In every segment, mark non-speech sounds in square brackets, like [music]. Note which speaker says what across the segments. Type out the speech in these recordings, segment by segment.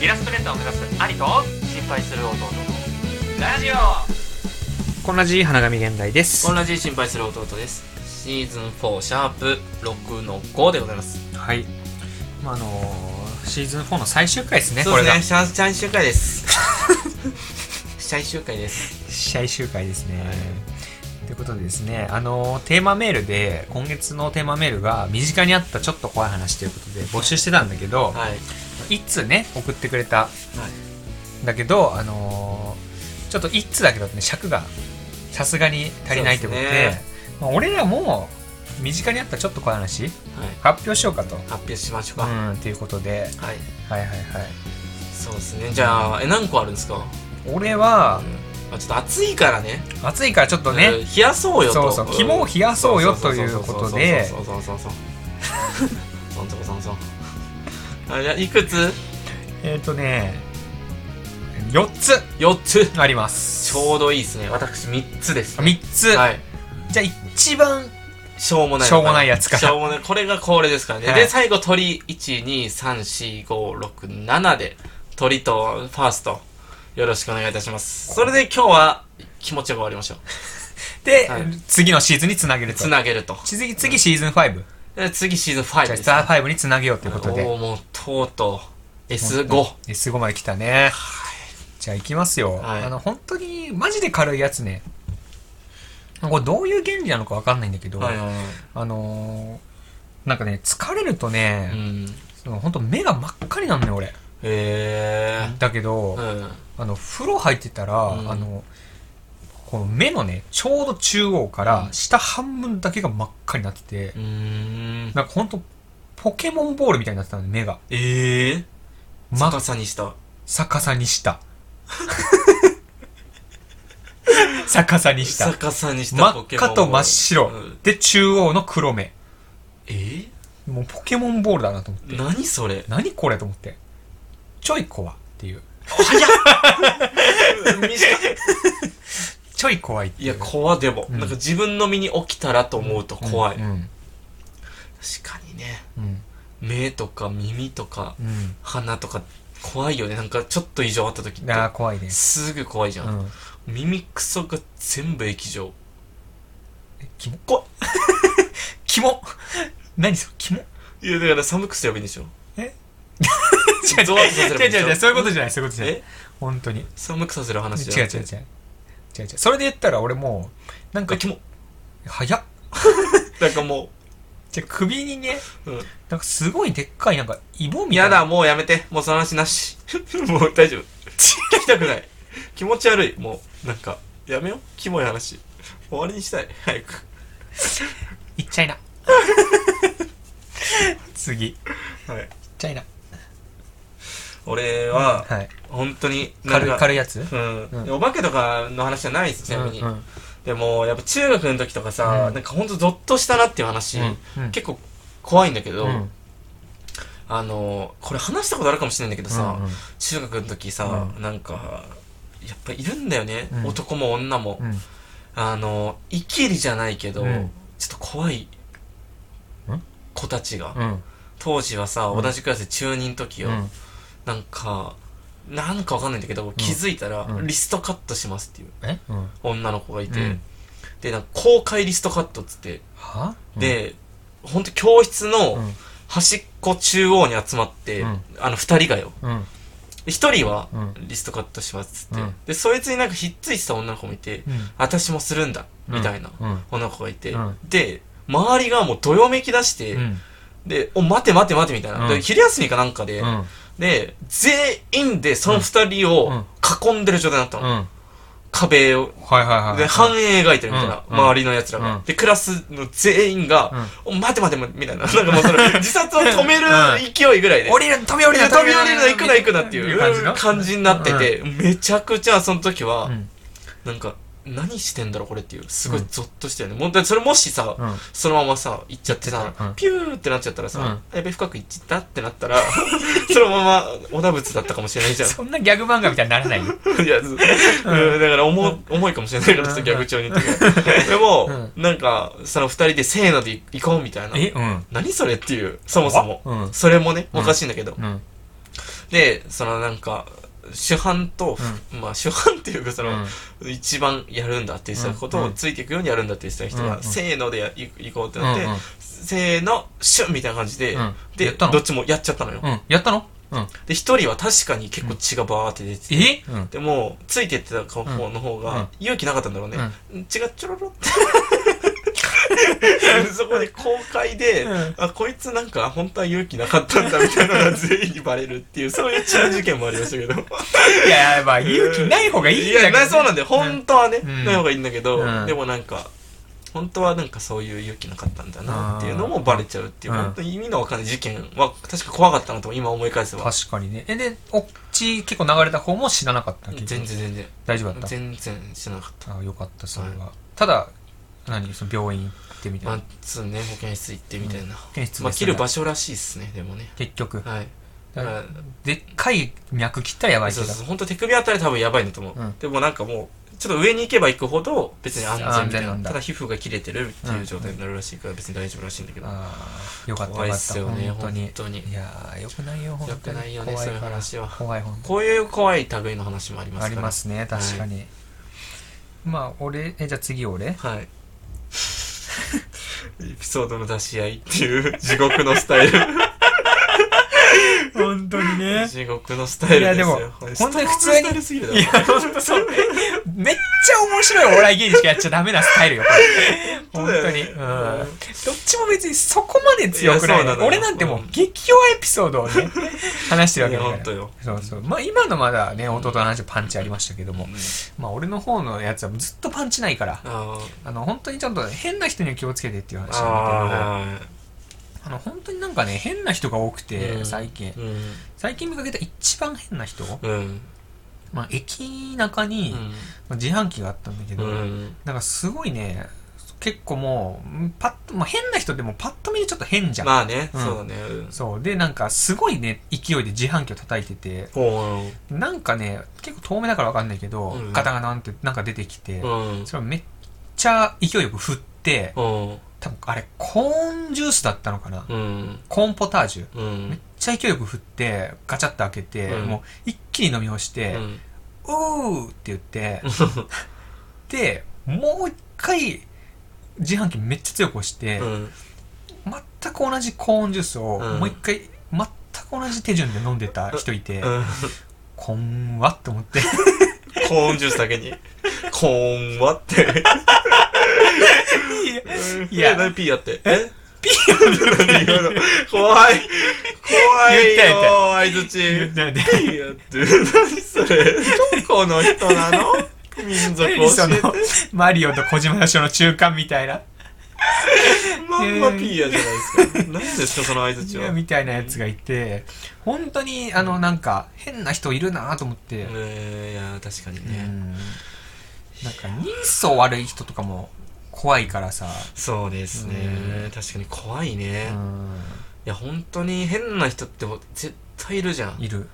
Speaker 1: イラストレーターを目指す兄と
Speaker 2: 心配する弟
Speaker 1: ラジオこんなじ花神現代です
Speaker 2: と同じ心配する弟ですシーズン4シャープ6の5でございます
Speaker 1: はい、まあ、あのーシーズン4の最終回ですね
Speaker 2: そうで
Speaker 1: こ
Speaker 2: す
Speaker 1: れ
Speaker 2: ね
Speaker 1: が
Speaker 2: シャ最終回です [laughs] 最終回です
Speaker 1: 最終回ですね、
Speaker 2: はい
Speaker 1: ということでですね、あのーテーマメールで今月のテーマメールが身近にあったちょっと怖い話ということで募集してたんだけど、
Speaker 2: はい、はい、
Speaker 1: 一通ね送ってくれたんだけどあのーちょっと一通だけだとね尺がさすがに足りないってことで
Speaker 2: そうですね
Speaker 1: まあ、俺らも身近にあったちょっと怖い話
Speaker 2: はい、
Speaker 1: 発表しようかと。
Speaker 2: 発表しましょ
Speaker 1: う
Speaker 2: うか、
Speaker 1: ん、ということで、
Speaker 2: はい
Speaker 1: はいはいはい。
Speaker 2: そうですねじゃあえ何個あるんですか、
Speaker 1: 俺は、
Speaker 2: まあ、ちょっと暑いからね
Speaker 1: 暑いからちょっとね、
Speaker 2: うん冷やそうよと
Speaker 1: そうそう肝を冷やそうよということで
Speaker 2: そうそうそうそうそうそうそう [laughs] そんそこそんそんあじゃあいくつ
Speaker 1: えっ、とね、4つ
Speaker 2: [laughs] 四つ
Speaker 1: あります。
Speaker 2: ちょうどいいですね私三つです
Speaker 1: 3つ。
Speaker 2: はい
Speaker 1: じゃあ一番、
Speaker 2: しょうもない
Speaker 1: しょうもないやつから
Speaker 2: しょうもないこれがこれですからね、
Speaker 1: はい
Speaker 2: で最後鳥1234567で鳥とファーストよろしくお願いいたしますそれで今日は気持ちよく終わりましょう
Speaker 1: で、
Speaker 2: はい
Speaker 1: 次のシーズンにつなげると
Speaker 2: つ。なげると
Speaker 1: 次、次シーズン5。
Speaker 2: で次シーズン5
Speaker 1: じゃあ、
Speaker 2: で
Speaker 1: ス
Speaker 2: す
Speaker 1: タ
Speaker 2: ね
Speaker 1: ー5につなげようということで。
Speaker 2: おーもうとうとう S5
Speaker 1: S5 まで来たね。じゃあ行きますよ。
Speaker 2: はい
Speaker 1: あの、本当に、マジで軽いやつね。これどういう原理なのかわかんないんだけど、
Speaker 2: はいはいは
Speaker 1: あのーなんかね、疲れるとね
Speaker 2: い、うん
Speaker 1: その本当目が真っ赤になるのよ、俺。
Speaker 2: へ
Speaker 1: だけど、
Speaker 2: えうん
Speaker 1: あの、風呂入ってたら、
Speaker 2: うん
Speaker 1: あの、この目のね、ちょうど中央から
Speaker 2: うん
Speaker 1: 下半分だけが真っ赤になってて、
Speaker 2: うーん
Speaker 1: なんかほんと、ポケモンボールみたいになってたのね、目が。
Speaker 2: ええ
Speaker 1: 真
Speaker 2: 逆
Speaker 1: っ
Speaker 2: さにした
Speaker 1: 逆さに
Speaker 2: [laughs]
Speaker 1: した。逆さにした。
Speaker 2: 逆さにした
Speaker 1: 真っ赤と真っ白。
Speaker 2: うん
Speaker 1: で、中央の黒目。
Speaker 2: えー
Speaker 1: もうポケモンボールだなと思って。
Speaker 2: 何そ
Speaker 1: [laughs]
Speaker 2: れ
Speaker 1: 何これと思って。ちょい怖っていう。ちょい怖いってい。
Speaker 2: いうや怖でも、
Speaker 1: うん
Speaker 2: なんか自分の身に起きたらと思うと怖い、
Speaker 1: うん。うん
Speaker 2: 確かにね
Speaker 1: うん。
Speaker 2: 目とか耳とか
Speaker 1: うん。
Speaker 2: 鼻とか怖いよねなんかちょっと異常あった時っ
Speaker 1: ああ、
Speaker 2: て
Speaker 1: 怖いね。
Speaker 2: すぐ怖いじゃ、
Speaker 1: うんん。
Speaker 2: 耳クソが全部液状
Speaker 1: え、キモ怖っ [laughs] キモ何それキモ
Speaker 2: [laughs] いやだから寒くすればいいんでしょ
Speaker 1: え
Speaker 2: ゾワッとさせればいいんでしょ
Speaker 1: [laughs] 違う違う違う、そういうことじゃない、そういうことじゃない。
Speaker 2: え
Speaker 1: 本当に。
Speaker 2: 寒くさせる話じ
Speaker 1: 違う違
Speaker 2: ゃなくて
Speaker 1: う違う。違う違う。それで言ったら俺もう、なんか
Speaker 2: あ、キモ
Speaker 1: 早っ。
Speaker 2: なんかも
Speaker 1: じゃあ首にね、
Speaker 2: う、うん、
Speaker 1: なんかすごいでっかい、なんか、イボみた
Speaker 2: や
Speaker 1: いな。
Speaker 2: だもうやめてもうその話
Speaker 1: [laughs]
Speaker 2: なしもう大丈夫聞きたくない気持ち悪いもうなんかやめようキモい話終わりにしたい早く
Speaker 1: いっちゃいな。 [laughs] 次。いっ
Speaker 2: はい
Speaker 1: ちゃいな。
Speaker 2: 俺は、
Speaker 1: はい。
Speaker 2: 本当になん
Speaker 1: 軽い、
Speaker 2: か
Speaker 1: 軽いやつ
Speaker 2: うん、
Speaker 1: うん
Speaker 2: お化けとかの話じゃないですちなみに、
Speaker 1: うんうん
Speaker 2: でもやっぱ中学の時とかさ、
Speaker 1: うん
Speaker 2: なんかほんとゾッとしたなっていう話、
Speaker 1: うんうん
Speaker 2: 結構怖いんだけど、
Speaker 1: うん
Speaker 2: あのこれ話したことあるかもしれないんだけどさ、
Speaker 1: うんうん
Speaker 2: 中学の時さ、
Speaker 1: う
Speaker 2: なんかやっぱいるんだよね、
Speaker 1: うん
Speaker 2: 男も女も、
Speaker 1: うん
Speaker 2: あのイキリじゃないけど、
Speaker 1: うん
Speaker 2: ちょっと怖い子たちが、
Speaker 1: うん
Speaker 2: 当時はさ、
Speaker 1: うん
Speaker 2: 同じクラスで中2の時
Speaker 1: う
Speaker 2: を、
Speaker 1: ん
Speaker 2: なんかなんかわかんないんだけど、気づいたら、
Speaker 1: うん
Speaker 2: リストカットしますっていう
Speaker 1: えうん
Speaker 2: 女の子がいて、
Speaker 1: うん
Speaker 2: でなんか公開リストカットっつって、
Speaker 1: は
Speaker 2: でほんと教室
Speaker 1: う
Speaker 2: の
Speaker 1: ん
Speaker 2: 端っこ中央に集まって、
Speaker 1: うん
Speaker 2: あの2人がよ
Speaker 1: うん
Speaker 2: 1人は
Speaker 1: うん
Speaker 2: リストカットしますっつって、
Speaker 1: うん
Speaker 2: でそいつになんかひっついてた女の子もいて、
Speaker 1: うん
Speaker 2: 私もするんだみたいな
Speaker 1: うん
Speaker 2: 女の子がいて、
Speaker 1: うん
Speaker 2: で周りがもうどよめき出して、
Speaker 1: うん
Speaker 2: で、お、待て待て待てみたいな。
Speaker 1: うん
Speaker 2: で、昼休みかなんかで、
Speaker 1: うん
Speaker 2: で、全員でその二人を囲んでる状態になったの。
Speaker 1: うん
Speaker 2: 壁を。
Speaker 1: はいはいはい
Speaker 2: で、半円描いてるみたいな、
Speaker 1: うん
Speaker 2: 周りの奴らが、
Speaker 1: うん
Speaker 2: で、クラスの全員が、お、待て待て待て、みたいな。なんかも
Speaker 1: [laughs]
Speaker 2: うその、自殺を止める勢いぐらいで。
Speaker 1: 降りる飛び降りる
Speaker 2: 飛び降りるの行くな行くなっていう
Speaker 1: 感じの
Speaker 2: 感じになってて、めちゃくちゃその時は、
Speaker 1: うん
Speaker 2: なんか、何してんだろうこれっていう、すごいゾッとしたよね。もうだってそれもしさ、
Speaker 1: うん
Speaker 2: そのままさ、行っちゃってさ、
Speaker 1: うん
Speaker 2: ピューってなっちゃったらさ、やべ、深く行っちゃったってなったら、 [laughs] そのまま、小田仏だったかもしれないじゃん。
Speaker 1: そんなギャグ漫画みたいにならないよ
Speaker 2: いや、ずうん、だから重,、重いかもしれないから、ちょっと逆調に言ってたけどでも、なんか、その二人でせーので行こうみたいな。
Speaker 1: うん
Speaker 2: 何それっていう、そもそも。
Speaker 1: うん
Speaker 2: それもね、おかしいんだけど、
Speaker 1: うん
Speaker 2: でそのなんか主犯と、まあ主犯っていうかその、
Speaker 1: うん
Speaker 2: 一番やるんだって言ってたこと
Speaker 1: うん
Speaker 2: を
Speaker 1: うん
Speaker 2: ついていくようにやるんだって言ってた人
Speaker 1: うん
Speaker 2: が、
Speaker 1: うん
Speaker 2: せーのでやい行こうってなって、
Speaker 1: うんうん
Speaker 2: せーのシュンみたいな感じで、
Speaker 1: うん
Speaker 2: で
Speaker 1: やったの
Speaker 2: どっちもやっちゃったのよ、
Speaker 1: うん。やったのうん。
Speaker 2: で一人は確かに結構血がバーって出てて、
Speaker 1: えうん。
Speaker 2: でもついてってた子の方
Speaker 1: うん
Speaker 2: が勇気なかったんだろうね、血がちょろろって
Speaker 1: [laughs]
Speaker 2: そこで公開で、
Speaker 1: うん
Speaker 2: あこいつなんか本当は勇気なかったんだみたいなのが全員にバレるっていうそういう血の事件もありましたけど
Speaker 1: いや、まあ、勇気ない方がいいんだ
Speaker 2: や
Speaker 1: けどね
Speaker 2: なそうなんで本当はね、
Speaker 1: うん
Speaker 2: ない方がいいんだけど、
Speaker 1: うん
Speaker 2: でもなんか本当はなんかそういう勇気なかったんだなっていうのもバレちゃうっていう、
Speaker 1: うん
Speaker 2: 本当に意味のわかんない事件は確か怖かったなと今思い返せば
Speaker 1: 確かにね。え、で、おっち結構流れた方も知らなかった
Speaker 2: 全然全然
Speaker 1: 大丈夫だっ
Speaker 2: 全然知らなかった
Speaker 1: たあよかった、それは。ただ、何その病院行ってみた
Speaker 2: ま
Speaker 1: い
Speaker 2: あ
Speaker 1: な。
Speaker 2: そうね保健室行ってみたいな、
Speaker 1: 保健室
Speaker 2: まあ切る場
Speaker 1: 所。
Speaker 2: 所らしいっすねでもね
Speaker 1: 結局。
Speaker 2: はいだから
Speaker 1: でっかい脈切ったらやばいけ
Speaker 2: そう
Speaker 1: ど。
Speaker 2: そう本当手首あたり多分やばいんだと思う、
Speaker 1: うん
Speaker 2: でもなんかもうちょっと上に行けば行くほど別に安全みた
Speaker 1: 安全
Speaker 2: い
Speaker 1: な
Speaker 2: なん
Speaker 1: だ
Speaker 2: ただ皮膚が切れてるっていう状態になるらしいから別に大丈夫らしいんだけど、
Speaker 1: ああ、よかった
Speaker 2: 怖
Speaker 1: よ
Speaker 2: いっ
Speaker 1: かっ
Speaker 2: す
Speaker 1: た。
Speaker 2: よね
Speaker 1: 本当に。
Speaker 2: 本当に
Speaker 1: いやー、よくないよ、本当に。
Speaker 2: 良くないよね
Speaker 1: 怖
Speaker 2: そういう
Speaker 1: から
Speaker 2: 話は
Speaker 1: 怖い、本当
Speaker 2: こういう怖い類の話もあります
Speaker 1: あ
Speaker 2: から
Speaker 1: りますね、確かに。まあ、俺、え、じゃあ次
Speaker 2: [laughs]
Speaker 1: 俺
Speaker 2: はいエピソードの出し合いっていう [laughs] 地獄のスタイル
Speaker 1: 本当にね。
Speaker 2: 地獄のスタイルですよ
Speaker 1: いやでも
Speaker 2: これ
Speaker 1: 本当に普通に
Speaker 2: ストロークスタイルすぎるだ
Speaker 1: いや、本当そう。めっちゃ面白いお笑い芸人しかやっちゃダメなスタイルよ、これ。本当に。うん。どっちも別にそこまで強くない
Speaker 2: いやそうなの
Speaker 1: の。
Speaker 2: よ
Speaker 1: 俺なんてもう激弱エピソードをね、話してるわけ
Speaker 2: いや
Speaker 1: だ
Speaker 2: 本
Speaker 1: か
Speaker 2: 当
Speaker 1: ら。
Speaker 2: よ
Speaker 1: そうそう。まあ今のまだね、弟の話パンチありましたけども、
Speaker 2: うん
Speaker 1: まあ俺の方のやつはずっとパンチないから、
Speaker 2: あ
Speaker 1: あの、本当にちゃんと変な人には気をつけてっていう
Speaker 2: ー
Speaker 1: 話なんだ
Speaker 2: あ
Speaker 1: けど、あの、本当になんかね、変な人が多くて、
Speaker 2: うん
Speaker 1: 最近
Speaker 2: ー。うん
Speaker 1: 最近見かけた一番変な人、
Speaker 2: うん
Speaker 1: まあ駅中に
Speaker 2: う
Speaker 1: まあ自販機があったんだけど、
Speaker 2: ん
Speaker 1: なんかすごいね、結構もう、んパッと、まあ、変な人でもパッと見でちょっと変じゃん。
Speaker 2: まあね
Speaker 1: うん
Speaker 2: そうだねうん
Speaker 1: そう。で、なんかすごいね、勢いで自販機を叩いてて、
Speaker 2: おー
Speaker 1: なんかね、結構遠目だからわかんないけど、
Speaker 2: うん
Speaker 1: ガタガタンってなんか出てきて、
Speaker 2: うん
Speaker 1: それをめっちゃ勢いよく振って、
Speaker 2: うん
Speaker 1: 多分あれ、コーンジュースだったのかな、
Speaker 2: うん
Speaker 1: コーンポタージュ。
Speaker 2: う
Speaker 1: めっ
Speaker 2: ん
Speaker 1: ちゃ勢いよく振って、ガチャッと開けて、
Speaker 2: うん
Speaker 1: もう一気に飲み干して、
Speaker 2: うん
Speaker 1: おーって言って、
Speaker 2: [laughs]
Speaker 1: で、もう一回、自販機めっちゃ強く押して、
Speaker 2: うん
Speaker 1: 全く同じコーンジュースを
Speaker 2: うん
Speaker 1: もう一回全く同じ手順で飲んでた人いて、こんわって思
Speaker 2: [laughs]
Speaker 1: って [laughs]
Speaker 2: コーンジュースだけに。コーンはって。
Speaker 1: いや
Speaker 2: え何 P やって。え ?P やって今の怖い。怖
Speaker 1: 言
Speaker 2: い
Speaker 1: った
Speaker 2: よ、相づち。P やって。何それ。どこの人なの民族を教
Speaker 1: そ
Speaker 2: え
Speaker 1: の
Speaker 2: て。
Speaker 1: マリオと小島よしおの中間みたいな
Speaker 2: まんま P やじゃないですか。何ですか、その相づちは。
Speaker 1: みたいなやつがいて本当にあのなんか変な人いるなと思って、
Speaker 2: えーいや、確かに
Speaker 1: う
Speaker 2: ね。
Speaker 1: んなんか人相悪い人とかも怖いからさ、
Speaker 2: そうです
Speaker 1: う
Speaker 2: ね。確かに怖いね。
Speaker 1: う
Speaker 2: いや、本当に変な人って絶対いるじゃん
Speaker 1: ん、。いる、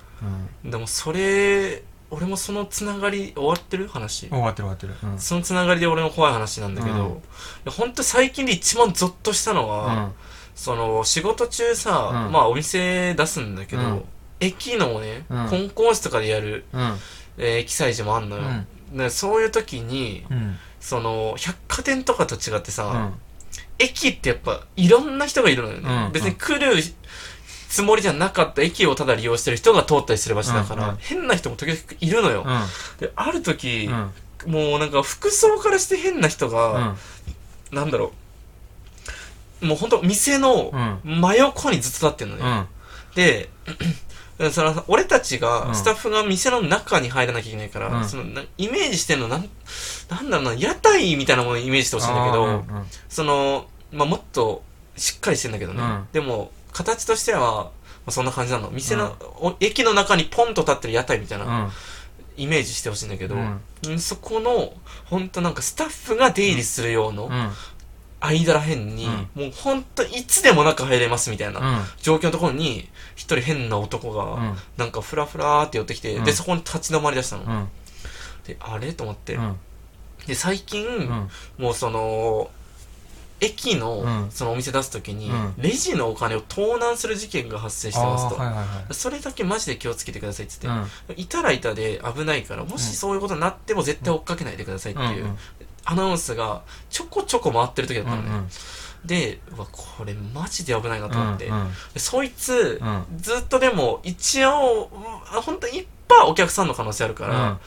Speaker 1: うん、
Speaker 2: でもそれ俺もそのつながり終わってる話
Speaker 1: 終わってる終わってる、うん
Speaker 2: そのつながりで俺の怖い話なんだけど、
Speaker 1: うん
Speaker 2: いやほんと最近で一番ゾッとしたのは、その仕事中さ、
Speaker 1: うん
Speaker 2: まあお店出すんだけど、
Speaker 1: うん
Speaker 2: 駅のね、
Speaker 1: うん
Speaker 2: コンコースとかでやる、
Speaker 1: うんうん
Speaker 2: えー駅祭事もあんのよ、
Speaker 1: うん
Speaker 2: でそういう時に
Speaker 1: うん
Speaker 2: その百貨店とかと違ってさ、
Speaker 1: うん
Speaker 2: 駅ってやっぱいろんな人がいるのよね、
Speaker 1: うん
Speaker 2: 別に来るつもりじゃなかった駅をただ利用してる人が通ったりする場所だから、
Speaker 1: うんうん
Speaker 2: 変な人も時々いるのよ、である時、
Speaker 1: うんうん
Speaker 2: もうなんか服装からして変な人が、なんだろうもうほんと店の
Speaker 1: うん
Speaker 2: 真横にずっと立ってんの
Speaker 1: う
Speaker 2: ね、
Speaker 1: ん
Speaker 2: で [clears throat] その俺たちが、
Speaker 1: うん
Speaker 2: スタッフが店の中に入らなきゃいけないから、
Speaker 1: うん
Speaker 2: そのなイメージしてるのなんなんだろうな屋台みたいなものをイメージしてほしいんだけど、
Speaker 1: あーうんうん
Speaker 2: その、まあ、もっとしっかりしてんだけどね、
Speaker 1: うん
Speaker 2: でも形としては、まあそんな感じなの店の、
Speaker 1: う
Speaker 2: お駅の中にポンと立ってる屋台みたいな、
Speaker 1: うん
Speaker 2: イメージしてほしいんだけど、
Speaker 1: うん
Speaker 2: うんそこのほんとなんかスタッフが出入りする用の
Speaker 1: うん
Speaker 2: 間らへんに、もうほんといつでも中入れますみたいな、
Speaker 1: うん
Speaker 2: 状況のところに一人変な男が、
Speaker 1: うん
Speaker 2: なんかフラフラーって寄ってきて、
Speaker 1: うん
Speaker 2: でそこに立ち止まりだしたの、
Speaker 1: うん
Speaker 2: であれと思って、
Speaker 1: うん
Speaker 2: で最近、
Speaker 1: うん
Speaker 2: もうその駅
Speaker 1: う
Speaker 2: の
Speaker 1: ん
Speaker 2: そのお店出す時に、
Speaker 1: うん
Speaker 2: レジのお金を盗難する事件が発生してます
Speaker 1: あ
Speaker 2: と、
Speaker 1: ーはいはいはい
Speaker 2: それだけマジで気をつけてくださいって言って、
Speaker 1: うん
Speaker 2: いたらいたで危ないからも
Speaker 1: うん
Speaker 2: しそういうことになっても絶対追っかけないでくださいっていう、
Speaker 1: うん
Speaker 2: アナウンスがちょこちょこ回ってる時だった
Speaker 1: う
Speaker 2: のね、
Speaker 1: ん
Speaker 2: でうわこれマジで危ないなと思って、
Speaker 1: うんうん
Speaker 2: でそいつ、
Speaker 1: う
Speaker 2: ずっとでも一応本当に1%お客さんの可能性あるから、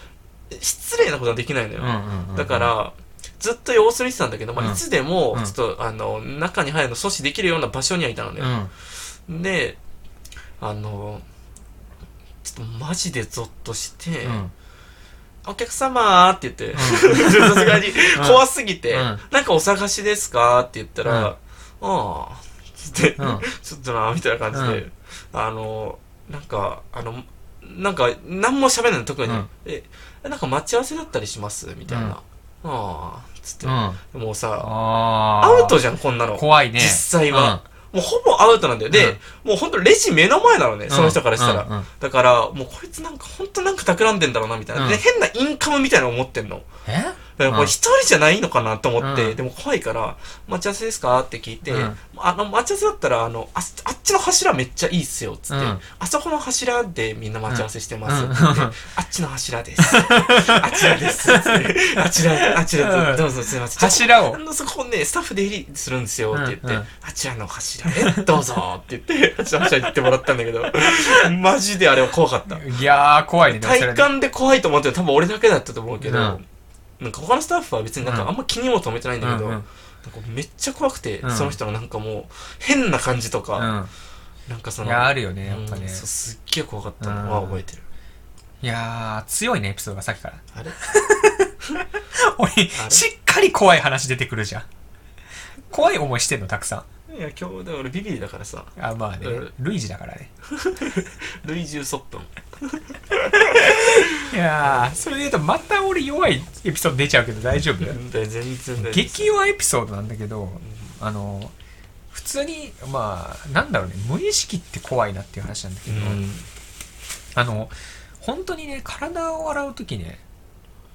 Speaker 2: 失礼なことはできないのよ、
Speaker 1: うん
Speaker 2: だから、ずっと様子見てたんだけど、ま
Speaker 1: うん
Speaker 2: あ、いつでも
Speaker 1: うん、
Speaker 2: ちょっと、あの、中に入るの阻止できるような場所にはいたの
Speaker 1: う
Speaker 2: ね
Speaker 1: んう。ん
Speaker 2: で、あの、ちょっとマジでゾッとして、お客様ーって言って、 [laughs] さすがに怖すぎて、
Speaker 1: うん
Speaker 2: なんかお探しですかって言ったら、
Speaker 1: うん
Speaker 2: ああ、つって、
Speaker 1: うん
Speaker 2: [laughs] ちょっとな、みたいな感じで、
Speaker 1: う
Speaker 2: あの、なんか、あの、なんか、何も喋らない、特に、
Speaker 1: うん
Speaker 2: え、なんか待ち合わせだったりしますみたいな。
Speaker 1: うん
Speaker 2: ああ、つって
Speaker 1: うん、
Speaker 2: もうさ、
Speaker 1: あ
Speaker 2: ア
Speaker 1: ー
Speaker 2: ウトじゃん、こんなの。
Speaker 1: 怖いね
Speaker 2: 実際は、もうほぼアウトなんだよ。で、もうほんとレジ目の前なのね、
Speaker 1: うん
Speaker 2: その人からしたら。
Speaker 1: うんうん
Speaker 2: だから、もうこいつなんかほんとなんか企んでんだろうな、みたいな。
Speaker 1: うん
Speaker 2: で、変なインカムみたいなの持ってんの。
Speaker 1: え
Speaker 2: だからこれ一人じゃないのかなと思って、
Speaker 1: うん
Speaker 2: でも怖いから、待ち合わせですかって聞いて、
Speaker 1: うん
Speaker 2: あの、待ち合わせだったら、あの、ああっちの柱めっちゃいいっすよ、つって、
Speaker 1: うん
Speaker 2: あそこの柱でみんな待ち合わせしてます、
Speaker 1: うん
Speaker 2: って言って
Speaker 1: うん
Speaker 2: あっちの柱です。 [laughs] あちらです。つってあちら、あちら
Speaker 1: うん
Speaker 2: どうぞすいません。
Speaker 1: 柱を
Speaker 2: あのそこね、スタッフ出入りするんですよって言って、
Speaker 1: うんうん
Speaker 2: あちらの柱へどうぞって言って、あちらの柱に行ってもらったんだけど、マジであれは怖かった。
Speaker 1: いやー怖いねでもそれ
Speaker 2: 体感で怖いと思ってる多分俺だけだったと思うけど、
Speaker 1: うん
Speaker 2: なんか他のスタッフは別になん
Speaker 1: う
Speaker 2: か
Speaker 1: ん
Speaker 2: あんま気にも留めてないんだけど、
Speaker 1: うんうん
Speaker 2: なんかめっちゃ怖くて、
Speaker 1: うん
Speaker 2: その人のなんかもう変な感じと
Speaker 1: う
Speaker 2: か、
Speaker 1: ん
Speaker 2: なんかそ
Speaker 1: い
Speaker 2: の
Speaker 1: やあるよねやっぱ
Speaker 2: う
Speaker 1: ね
Speaker 2: んそうすっげえ怖かったのは覚えてる、
Speaker 1: いやー強いねエピソードがさっ [laughs] きから
Speaker 2: あれ
Speaker 1: 俺しっかり怖い話出てくるじゃん怖い思いしてんのたくさ
Speaker 2: いや今日で俺ビビリだからさ
Speaker 1: んあまあね
Speaker 2: うん
Speaker 1: ルイージだからね
Speaker 2: 類十そっぽん
Speaker 1: いやーそれで言うとまた俺弱いエピソード出ちゃうけど大丈夫
Speaker 2: 全然大丈
Speaker 1: 激弱エピソードなんだけどあの普通にまあなんだろうね無意識って怖いなっていう話なんだけ
Speaker 2: 夫
Speaker 1: ど、
Speaker 2: うん
Speaker 1: あの本当にね体を洗う時ね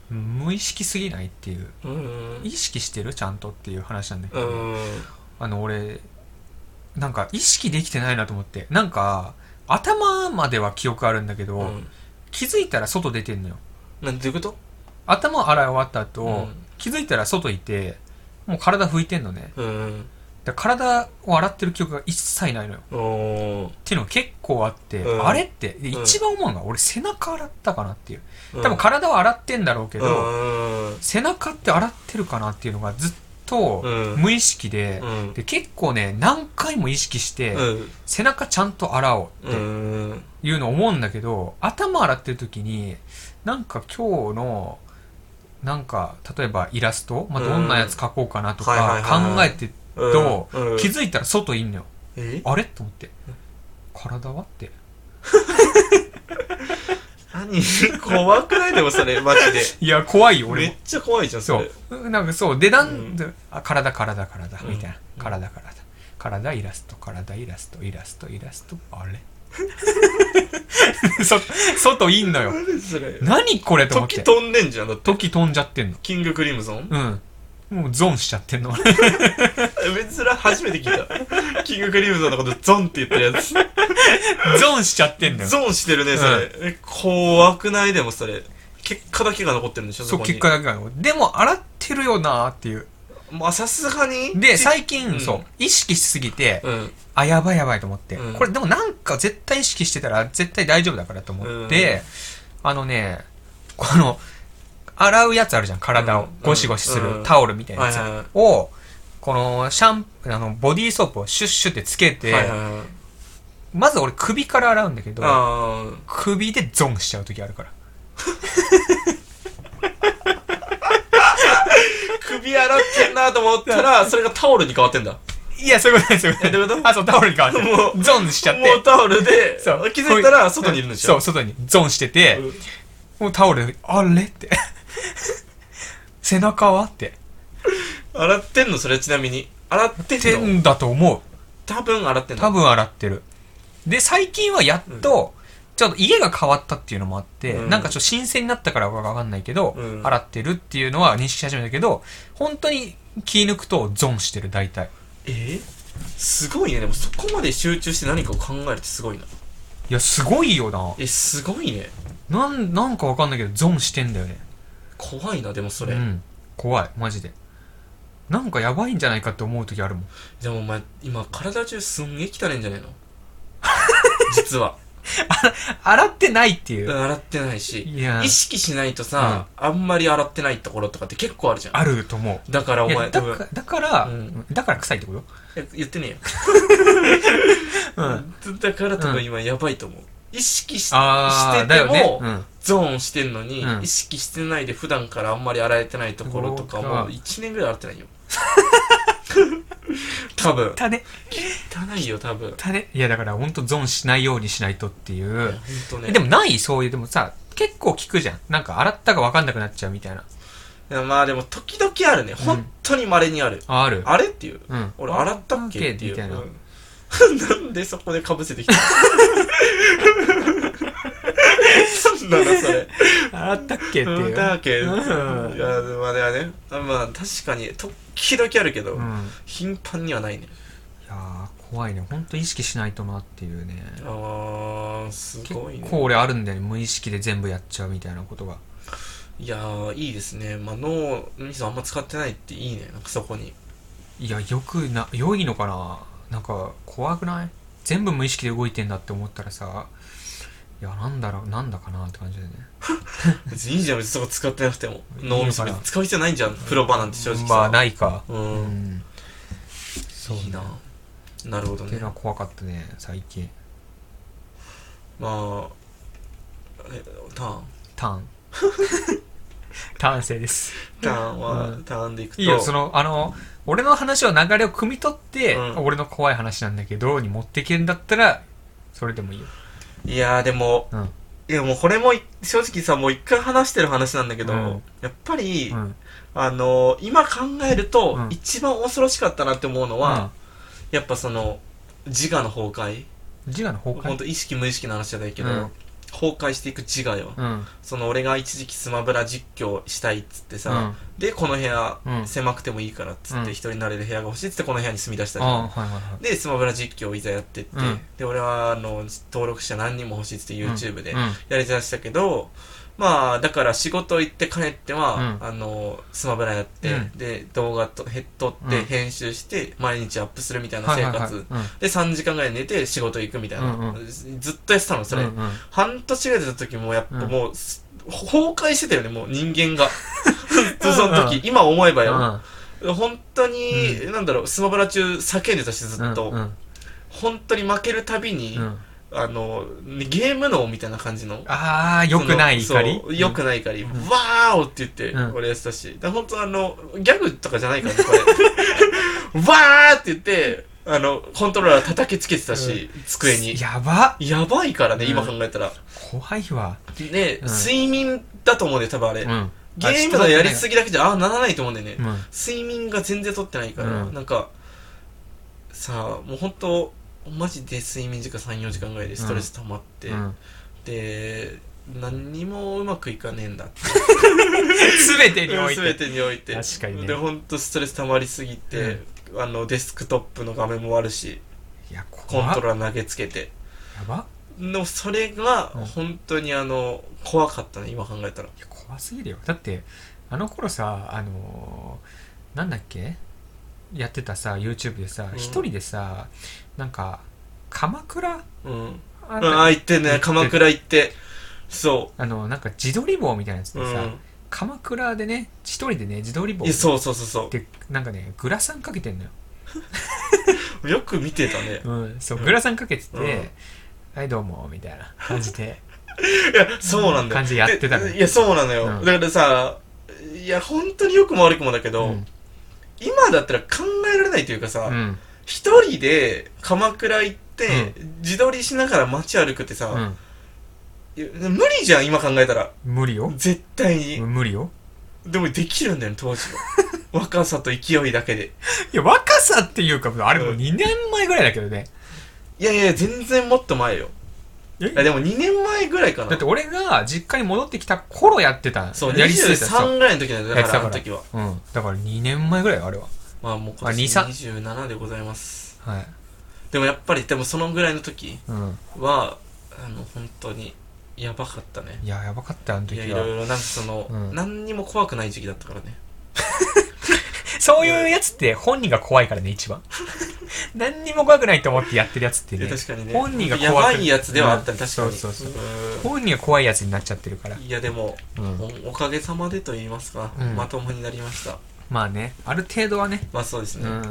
Speaker 1: 無意識すぎないっていう
Speaker 2: うん
Speaker 1: 意識してるちゃんとっていう話なんだけ
Speaker 2: う
Speaker 1: ど、
Speaker 2: ん
Speaker 1: あの俺なんか意識できてないなと思ってなんか頭までは記憶あるんだけど、
Speaker 2: うん
Speaker 1: 気づいたら外出てんのよ
Speaker 2: なんていうこと
Speaker 1: 頭を洗い終わった後、
Speaker 2: うん
Speaker 1: 気づいたら外いてもう体拭いてんのね
Speaker 2: うん
Speaker 1: だから体を洗ってる記憶が一切ないのよ
Speaker 2: お
Speaker 1: っていうのが結構あって、
Speaker 2: うん
Speaker 1: あれってで
Speaker 2: うん
Speaker 1: 一番思うのは俺背中洗ったかなっていう
Speaker 2: 多
Speaker 1: 多分体は洗ってんだろうけど、
Speaker 2: うん
Speaker 1: 背中って洗ってるかなっていうのがずっと
Speaker 2: うん
Speaker 1: 無意識で,、
Speaker 2: うん
Speaker 1: で結構ね何回も意識して、
Speaker 2: うん
Speaker 1: 背中ちゃんと洗おう
Speaker 2: う
Speaker 1: って
Speaker 2: ん
Speaker 1: いうの思うんだけど、頭洗ってる時になんか今日のなんか例えばイラスト、まあ、
Speaker 2: うん
Speaker 1: どんなやつ描こうかなと
Speaker 2: はいは
Speaker 1: か
Speaker 2: いはい
Speaker 1: 考
Speaker 2: は
Speaker 1: え
Speaker 2: い
Speaker 1: て
Speaker 2: うん
Speaker 1: と
Speaker 2: うん
Speaker 1: 気づいたら外いんのよ。
Speaker 2: え
Speaker 1: あれと思って体はって
Speaker 2: 何 [laughs] 怖くないでもそれマジで
Speaker 1: いや怖いよ [laughs]
Speaker 2: め
Speaker 1: 俺
Speaker 2: っ
Speaker 1: も
Speaker 2: ちゃ怖いじゃんそ
Speaker 1: そ
Speaker 2: れ
Speaker 1: うなんかそうでなん、
Speaker 2: うん
Speaker 1: あ体体体
Speaker 2: うん
Speaker 1: みたいな、
Speaker 2: うん
Speaker 1: 体体体イラスト体イラストイラストイラストあれ [laughs] そ外いんのよ
Speaker 2: 何それ
Speaker 1: 何これと思って
Speaker 2: 時飛んでんじゃんだって
Speaker 1: 時飛んじゃってんの
Speaker 2: キングクリムゾ [laughs] ン
Speaker 1: うんもうゾンしちゃってんの [laughs]
Speaker 2: 別ら初めて聞いた [laughs] キングクリムゾンのことゾンって言ったやつ
Speaker 1: ゾンしちゃってんのよ
Speaker 2: ゾンしてるねそれえ怖くないでもそれ結果だけが残ってるんでしょ
Speaker 1: そう
Speaker 2: こに
Speaker 1: 結果だけなのでも洗ってるよなーっていう
Speaker 2: まあさすがに
Speaker 1: で最近、
Speaker 2: うん
Speaker 1: そう意識しすぎて、
Speaker 2: うん
Speaker 1: あ、やばいやばいと思って。
Speaker 2: うん
Speaker 1: これでもなんか絶対意識してたら絶対大丈夫だからと思って、あのね、この、洗うやつあるじゃん、体
Speaker 2: う
Speaker 1: を
Speaker 2: ん。
Speaker 1: ゴシゴシす
Speaker 2: う
Speaker 1: る
Speaker 2: ん
Speaker 1: タオルみたいなやつ
Speaker 2: はいはいはい
Speaker 1: を、このシャンプー、あの、ボディーソープをシュッシュってつけて、
Speaker 2: はいはいはい
Speaker 1: まず俺首から洗うんだけど、
Speaker 2: あー
Speaker 1: 首でゾンしちゃう時あるから。
Speaker 2: 首洗ってんなと思っ
Speaker 1: [laughs]
Speaker 2: たらそれがタオルに変わってんだも
Speaker 1: いや、そういうことですよ。
Speaker 2: えどういうこと
Speaker 1: あ、そう、タオルに変わって
Speaker 2: もう
Speaker 1: ゾンしちゃって。
Speaker 2: うタオル
Speaker 1: [laughs]
Speaker 2: で
Speaker 1: そう
Speaker 2: 気づいたら外にいるんでし
Speaker 1: そ
Speaker 2: ょ
Speaker 1: う、外にゾンしてて、
Speaker 2: うん
Speaker 1: もうタオル、あれって。 [laughs] 背中はって。
Speaker 2: 洗ってんのそれちなみに洗って
Speaker 1: って
Speaker 2: んの
Speaker 1: んだと思う。
Speaker 2: 多分洗ってんの
Speaker 1: 多分洗ってる。で、最近はやっと、ちょっと家が変わったっていうのもあって、
Speaker 2: うん
Speaker 1: なんかちょっと新鮮になったからかわかんないけど、
Speaker 2: うん
Speaker 1: 洗ってるっていうのは認識し始めたけど、本当に気抜くと損してる、大体。
Speaker 2: えーすごいねでもそこまで集中して何かを考えるってすごいない
Speaker 1: や、すごいよな。
Speaker 2: えすごいね
Speaker 1: なん、なんかわかんないけど、損してんだよね。
Speaker 2: 怖いなでもそれ、
Speaker 1: うん。怖い、マジで。なんかやばいんじゃないかって思う時あるもん。
Speaker 2: でもお前今体中すんげえ汚いんじゃな
Speaker 1: [laughs]
Speaker 2: いの実は
Speaker 1: 洗ってないっていう。
Speaker 2: 洗ってないし
Speaker 1: いや
Speaker 2: 意識しないとさ、あんまり洗ってないところとかって結構あるじゃん
Speaker 1: あると思う。
Speaker 2: だからお
Speaker 1: い
Speaker 2: 前
Speaker 1: やだ
Speaker 2: 多分
Speaker 1: かだから、
Speaker 2: うん
Speaker 1: だから臭いってこと
Speaker 2: え言ってねえよ
Speaker 1: うん。
Speaker 2: だか
Speaker 1: う
Speaker 2: ら多分
Speaker 1: ん
Speaker 2: 今やばいと思う意識し
Speaker 1: あ
Speaker 2: し
Speaker 1: あ、
Speaker 2: て
Speaker 1: だ
Speaker 2: て
Speaker 1: よ
Speaker 2: も、
Speaker 1: ね。うん。
Speaker 2: ゾーンしてんのに、
Speaker 1: うん
Speaker 2: 意識してないで普段からあんまり洗えてないところとか
Speaker 1: そうか
Speaker 2: もう1年ぐらい
Speaker 1: [laughs]
Speaker 2: 洗ってないよ多分
Speaker 1: たね。
Speaker 2: 汚いよ多分
Speaker 1: たね。いや、だから本当損しないようにしないとってい
Speaker 2: ほ
Speaker 1: う。
Speaker 2: んとね
Speaker 1: えでもないそういう、でもさ、結構聞くじゃん。なんか洗ったか分かんなくなっちゃうみたいな。
Speaker 2: いやまあでも時々あるね本当に稀にある、
Speaker 1: あ、ある。
Speaker 2: あれっていう
Speaker 1: うん。
Speaker 2: 俺洗ったっけ
Speaker 1: あ
Speaker 2: っていう
Speaker 1: みたいな。
Speaker 2: うんなん [laughs] でそこでかぶせてきたなんだそれ
Speaker 1: 洗ったっけって
Speaker 2: 洗
Speaker 1: い
Speaker 2: っ
Speaker 1: う。
Speaker 2: たっけ、
Speaker 1: うん
Speaker 2: いやまあではねあまあ確かに時々あるけど、
Speaker 1: うん。い
Speaker 2: 頻繁にはないね
Speaker 1: やー、怖いね。本当意識しないとなっていうね。
Speaker 2: あーす
Speaker 1: 結
Speaker 2: ごいね
Speaker 1: 構俺あるんだよね。無意識で全部やっちゃうみたいなことが。
Speaker 2: いやーいいですねまあ脳みそあんま使ってないっていいねなんかそこに
Speaker 1: いや、よくな、良いのかななんか、怖くない全部無意識で動いてんだって思ったらさ、いや、なんだろう、なんだかなって感じだよね。
Speaker 2: 別にいいじゃん別にそこ使ってなくても
Speaker 1: いいのかな
Speaker 2: 脳みそ別に使う必要ないんじゃん風呂場なんて正直さ
Speaker 1: まあ、ないか。
Speaker 2: う
Speaker 1: うんん。そうね
Speaker 2: いいななるほど
Speaker 1: ってい
Speaker 2: ね
Speaker 1: うのは怖かったね、最近。
Speaker 2: まあえターン
Speaker 1: ターン。 [laughs] ターン制です。
Speaker 2: ターンは、
Speaker 1: う
Speaker 2: ターンでいくと
Speaker 1: いいよ、その、あの、俺の話を流れを汲み取って、
Speaker 2: うん
Speaker 1: 俺の怖い話なんだけど、に持っていけるんだったら、それでもいいよ。
Speaker 2: いやーでも
Speaker 1: うん。
Speaker 2: いやもうこれもい正直さもう一回話してる話なんだけど、
Speaker 1: うん
Speaker 2: やっぱり、
Speaker 1: うん。
Speaker 2: あのー今考えると、
Speaker 1: うん
Speaker 2: 一番恐ろしかったなって思うのは、やっぱその自我の崩
Speaker 1: う
Speaker 2: 壊
Speaker 1: ん、自我の崩
Speaker 2: ほ
Speaker 1: 壊。
Speaker 2: んと意識無意識の話じゃないけど、
Speaker 1: うん
Speaker 2: 崩壊していく自我よ、
Speaker 1: うん。
Speaker 2: その俺が一時期スマブラ実況したいっつってさ、でこの部屋
Speaker 1: うん
Speaker 2: 狭くてもいいからっつっ
Speaker 1: うん
Speaker 2: て一人になれる部屋が欲しいっつってこの部屋に住み出した
Speaker 1: うん。
Speaker 2: じゃん
Speaker 1: ああ、はいはいはい。
Speaker 2: でスマブラ実況をいざやってって、
Speaker 1: うん
Speaker 2: で俺はあの登録者何人も欲しいっつって YouTube で
Speaker 1: うんうん
Speaker 2: やりだしたけど、まあだから仕事行って帰っては、
Speaker 1: うん
Speaker 2: あのスマブラやって、
Speaker 1: うん
Speaker 2: で動画とヘッドって
Speaker 1: うん
Speaker 2: 編集して毎日アップするみたいな
Speaker 1: はい
Speaker 2: 生
Speaker 1: はい
Speaker 2: 活、
Speaker 1: はいうん
Speaker 2: で3時間ぐらい寝て仕事行くみたいな、
Speaker 1: うんう
Speaker 2: ずっとやってたのそれ、
Speaker 1: うんうん
Speaker 2: 半年ぐらいだった時もやっぱ
Speaker 1: うん
Speaker 2: もう、す崩壊してたよねもう人間
Speaker 1: [laughs]
Speaker 2: がその時今思えばよ、本当に、なんだろうスマブラ中叫んでたしずっと、
Speaker 1: うん
Speaker 2: 本当に負けるたびに、
Speaker 1: うんうん
Speaker 2: あのゲーム脳みたいな感じの
Speaker 1: ああよくない怒り
Speaker 2: よくない怒り、
Speaker 1: ん
Speaker 2: わーおって言って、
Speaker 1: うん
Speaker 2: 俺やってたしだから本当あのギャグとかじゃないからねこれ
Speaker 1: [laughs]
Speaker 2: わーって言ってあのコントローラー叩きつけてたし、机に
Speaker 1: やば
Speaker 2: やばいからね、
Speaker 1: うん
Speaker 2: 今考えたら
Speaker 1: 怖いわ
Speaker 2: で、
Speaker 1: うん
Speaker 2: 睡眠だと思うんだよ多分あれ、
Speaker 1: うん
Speaker 2: ゲームのやりす
Speaker 1: ぎ
Speaker 2: ぎだけじゃああならないと思うんだよね、
Speaker 1: うん
Speaker 2: 睡眠が全然取ってないから、
Speaker 1: うん
Speaker 2: なんかさあもう本当マジで睡眠時間34時間ぐらいでストレス溜まって、
Speaker 1: うん
Speaker 2: で何にもうまくいかねえんだって
Speaker 1: 全てにおい
Speaker 2: 全
Speaker 1: て
Speaker 2: てにおいて
Speaker 1: 確かにね
Speaker 2: で本当ストレス溜まりすぎて、あのデスクトップの画面も悪し
Speaker 1: いや
Speaker 2: コン
Speaker 1: 怖
Speaker 2: ト
Speaker 1: っ
Speaker 2: ローラー投げつけて
Speaker 1: やば
Speaker 2: のそれが
Speaker 1: うん
Speaker 2: 本当にあの怖かったね今考えたら
Speaker 1: いや怖すぎるよだってあの頃さあのーなんだっけやってたさ YouTube でさ
Speaker 2: うん
Speaker 1: 一人でさなんか鎌倉
Speaker 2: うん
Speaker 1: あ
Speaker 2: ああ行ってね鎌倉行ってそ
Speaker 1: あのなんか自撮り棒みたいなやつ
Speaker 2: うう
Speaker 1: でさ
Speaker 2: ん
Speaker 1: 鎌倉でね一人でね自撮り棒
Speaker 2: いやそうそうそうそ
Speaker 1: でなんかねグラサンかけてんのよ
Speaker 2: うよく見てたね
Speaker 1: うん、そう、グラサンかけてて、
Speaker 2: うん
Speaker 1: はい、どうも、みたいな感じで。
Speaker 2: いや [laughs] そうなんだよ
Speaker 1: 感じでやってたね
Speaker 2: でいやそうなのよ、
Speaker 1: うん
Speaker 2: だからさいや本当によくも悪くもだけ
Speaker 1: う
Speaker 2: ど、
Speaker 1: ん。
Speaker 2: 今だったら考えられないというかさ、
Speaker 1: うん。
Speaker 2: 一人で鎌倉行って、自撮りしながら街歩くって
Speaker 1: う
Speaker 2: さ、
Speaker 1: ん
Speaker 2: いや無理じゃん今考えたら
Speaker 1: 無理よ。
Speaker 2: 絶対に、
Speaker 1: 無理よ。
Speaker 2: でもできるんだよね当時は [laughs] 若さと勢いだけで
Speaker 1: いや、若さっていうか、あれもう
Speaker 2: うん
Speaker 1: 2年前ぐらいだけどね。
Speaker 2: いやいや全然もっと前よ
Speaker 1: え
Speaker 2: あでも2年前ぐらいか
Speaker 1: だ
Speaker 2: な
Speaker 1: って俺が実家に戻ってきた頃やってた
Speaker 2: そう
Speaker 1: やりすぎたやつだ
Speaker 2: 23ぐらいの時なんだよだからあ
Speaker 1: や
Speaker 2: の
Speaker 1: って
Speaker 2: 時は
Speaker 1: うんだから2年前ぐらいよあれは
Speaker 2: まあもう
Speaker 1: まあ
Speaker 2: 今年
Speaker 1: 23
Speaker 2: 27でございます
Speaker 1: はい
Speaker 2: でもやっぱりでもそのぐらいの時
Speaker 1: うん
Speaker 2: はあの本当にやばかったね
Speaker 1: いややばかったよあの
Speaker 2: い
Speaker 1: 時
Speaker 2: やいろ
Speaker 1: はい
Speaker 2: ろなんかその、
Speaker 1: うん
Speaker 2: 何にも怖くない時期だったからね
Speaker 1: そういうやつって本人が怖いからね
Speaker 2: [laughs]
Speaker 1: 一番何にも怖くないと思ってやってるやつって
Speaker 2: い
Speaker 1: ね
Speaker 2: や確かにね
Speaker 1: 本人が
Speaker 2: や
Speaker 1: 怖
Speaker 2: ば
Speaker 1: く
Speaker 2: いやつではあったね、
Speaker 1: うん
Speaker 2: 確かに
Speaker 1: そうそうそう
Speaker 2: う
Speaker 1: 本人が怖いやつになっちゃってるから
Speaker 2: んいやでも、
Speaker 1: うん
Speaker 2: おおかげさまでと言いますか、
Speaker 1: うん
Speaker 2: まともになりました
Speaker 1: まあねある程度はね
Speaker 2: まあそうです
Speaker 1: う
Speaker 2: ね、
Speaker 1: ん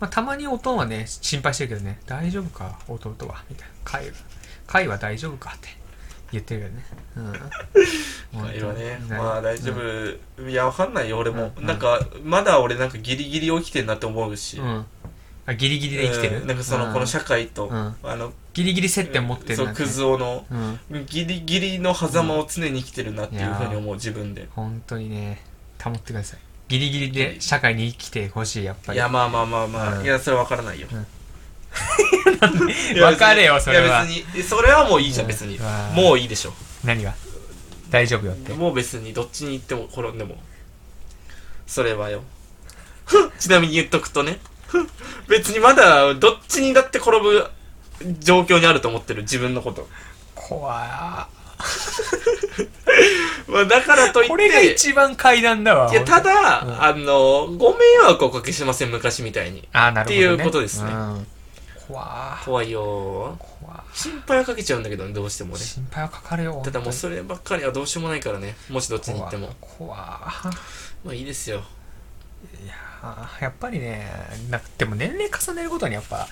Speaker 1: まあたまに弟はね心配してるけどね大丈夫か弟はみたいなカイはカイは大丈夫かって言ってるけどねうん
Speaker 2: [laughs] まあ今ね
Speaker 1: 本、当に
Speaker 2: まあ大丈夫、いやわかんないよ俺も、
Speaker 1: うん
Speaker 2: なんかまだ俺なんかギリギリ起きてんなって思うし、
Speaker 1: うんあギリギリで生きて
Speaker 2: う
Speaker 1: る
Speaker 2: んなんかその、
Speaker 1: う
Speaker 2: この社会と、
Speaker 1: うん
Speaker 2: あの
Speaker 1: ギリギリ接点持ってる
Speaker 2: そ
Speaker 1: ん
Speaker 2: う
Speaker 1: だね
Speaker 2: クズ男の
Speaker 1: うん
Speaker 2: ギリギリの狭間を常に生きてるなっていうふうに思う自分で
Speaker 1: 本当にね保ってくださいギリギリで社会に生きてほしいやっぱ
Speaker 2: い
Speaker 1: り
Speaker 2: やまあまあまあまあ、
Speaker 1: うん
Speaker 2: いやそれは分からないよ、いや
Speaker 1: 分かれよそれはい
Speaker 2: や別にそれはもういいじゃん別に、
Speaker 1: うんわあ
Speaker 2: もういいでしょ
Speaker 1: 何が大丈夫よって
Speaker 2: もう別にどっちに行っても転んでもそれはよ [laughs] ちなみに言っとくとね [laughs] 別にまだどっちにだって転ぶ状況にあると思ってる自分のこと、
Speaker 1: 怖い
Speaker 2: まあ、だからといって
Speaker 1: これが一番階段だわ
Speaker 2: いやただ、
Speaker 1: うん
Speaker 2: あのご迷惑をおかけしません昔みたいに
Speaker 1: あーなるほど、ね、
Speaker 2: っていうことですね
Speaker 1: うん、怖い
Speaker 2: 怖いよー
Speaker 1: 怖
Speaker 2: 心配はかけちゃうんだけどねどうしても
Speaker 1: い
Speaker 2: ね
Speaker 1: 心配はかかるよ
Speaker 2: ただもう
Speaker 1: 本
Speaker 2: そればっかりはどうしようもないからねもしどっち
Speaker 1: 当
Speaker 2: に
Speaker 1: に
Speaker 2: 行っても
Speaker 1: 怖い
Speaker 2: まあいいですよ
Speaker 1: いやーやっぱりねなでも年齢重ねるごとにやっぱ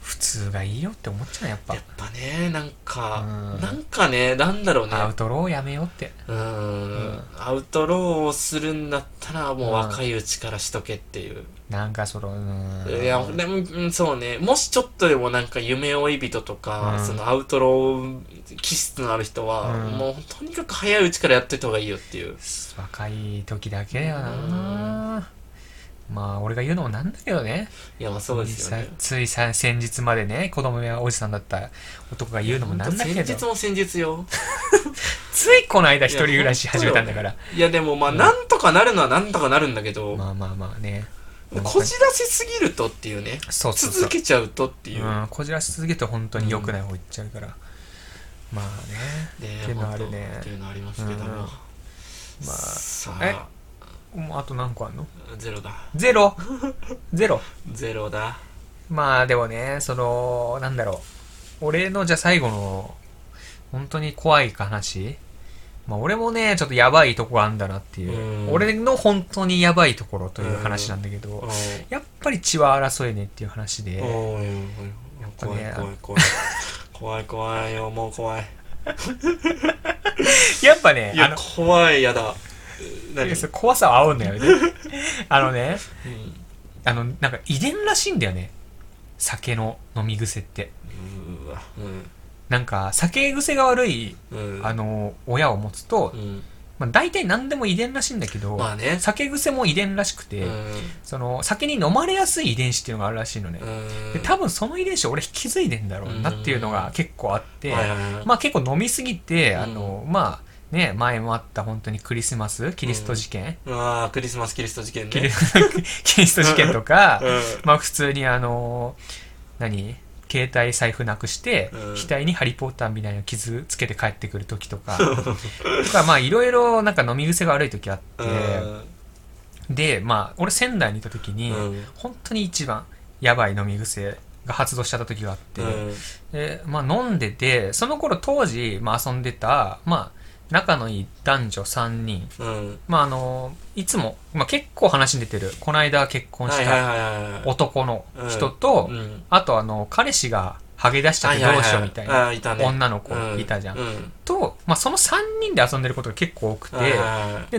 Speaker 1: 普通がいいよって思っちゃうやっぱ
Speaker 2: やっぱねなんか
Speaker 1: うん
Speaker 2: なんかねなんだろうね
Speaker 1: アウトローやめようって
Speaker 2: うー
Speaker 1: うん
Speaker 2: んアウトローをするんだったらもう若いうちからしとけっていう、
Speaker 1: なんかそのうん
Speaker 2: いやでもうんそうねもしちょっとでもなんか夢追い人とか、
Speaker 1: うん
Speaker 2: そのアウトロー気質のある人は、
Speaker 1: うん
Speaker 2: もうとにかく早いうちからやっといた方がいいよっていう
Speaker 1: 若い時だけだよなまあ俺が言うのもなんだけどね
Speaker 2: いやまあそうですよね
Speaker 1: さついさ先日までね子供やおじさんだった男が言うのもなんだけ
Speaker 2: ほん
Speaker 1: ど
Speaker 2: と先日も先日よ
Speaker 1: ついこの間一人暮らし始めたんだから
Speaker 2: いやでもまあなんとかなるのはなんとかなるんだけど、
Speaker 1: まあまあまあね
Speaker 2: こじらせすぎるとっていうね
Speaker 1: そうそうそ
Speaker 2: 続
Speaker 1: う
Speaker 2: けちゃうとっていう、
Speaker 1: うん、こじらし続けて本当に良くない方行っちゃうから、まあね
Speaker 2: ね
Speaker 1: っていうのあるね
Speaker 2: 本当っていうのありますけども、
Speaker 1: うんまあ
Speaker 2: さ
Speaker 1: え
Speaker 2: あ
Speaker 1: もうあと何個あんの
Speaker 2: ゼロだ
Speaker 1: ゼロゼロ
Speaker 2: ゼロだ
Speaker 1: まあでもねそのなんだろう俺のじゃあ最後の本当に怖い話まあ俺もねちょっとやばいとこあんだなっていう、
Speaker 2: うん
Speaker 1: 俺の本当にやばいところという話なんだけど、
Speaker 2: お
Speaker 1: やっぱり血は争えねっていう話で、
Speaker 2: いおい
Speaker 1: やっぱ
Speaker 2: 怖い
Speaker 1: ね
Speaker 2: 怖い怖い怖い怖いよもう怖い
Speaker 1: やっぱね
Speaker 2: い
Speaker 1: あ
Speaker 2: や
Speaker 1: の
Speaker 2: 怖いやだ何
Speaker 1: いやそれ怖さは煽んのよねあのね
Speaker 2: う
Speaker 1: あの、なんか遺伝らしいんだよね。酒の飲み癖って。
Speaker 2: んうわ
Speaker 1: なんか、酒癖が悪い、
Speaker 2: うんうん
Speaker 1: あの、親を持つと
Speaker 2: う、ん
Speaker 1: まあ、大体何でも遺伝らしいんだけど、
Speaker 2: まあね
Speaker 1: 酒癖も遺伝らしく
Speaker 2: う
Speaker 1: て、
Speaker 2: ん
Speaker 1: その、酒に飲まれやすい遺伝子っていうのがあるらしいのね。
Speaker 2: うん
Speaker 1: で多分その遺伝子俺引き継いでんだろうなっていうのが結構あって、
Speaker 2: はいはいはい
Speaker 1: まあ結構飲みすぎて、
Speaker 2: うん
Speaker 1: あの、まあ、ね、前もあった本当にクリスマス、キリスト事件、
Speaker 2: うわークリスマスキリスト事件
Speaker 1: キリ
Speaker 2: ね
Speaker 1: キリスト事件とか、
Speaker 2: う
Speaker 1: まあ普通にあの何携帯財布なくして、
Speaker 2: うん
Speaker 1: 額にハリーポッターみたいな傷つけて帰ってくる時とか
Speaker 2: [laughs]
Speaker 1: とかまあいろいろなんか飲み癖が悪い時あって
Speaker 2: んうん
Speaker 1: でまあ俺仙台にいた時に、
Speaker 2: うん
Speaker 1: 本当に一番やばい飲み癖が発動しちゃった時があって、
Speaker 2: うん
Speaker 1: でまあ飲んでてその頃当時、まあ、遊んでたまあ仲のいい男女3人
Speaker 2: うん
Speaker 1: まああのいつも、まあ、結構話に出てるこの間結婚
Speaker 2: は
Speaker 1: し
Speaker 2: いはい
Speaker 1: た
Speaker 2: はいはいはい
Speaker 1: 男の人と、
Speaker 2: うん
Speaker 1: あとあの、彼氏がハゲ出しちゃってどうしようみたいな
Speaker 2: あーいたね
Speaker 1: 女の子いたじゃん。と、まあ、その3人で遊んでることが結構多くて、
Speaker 2: で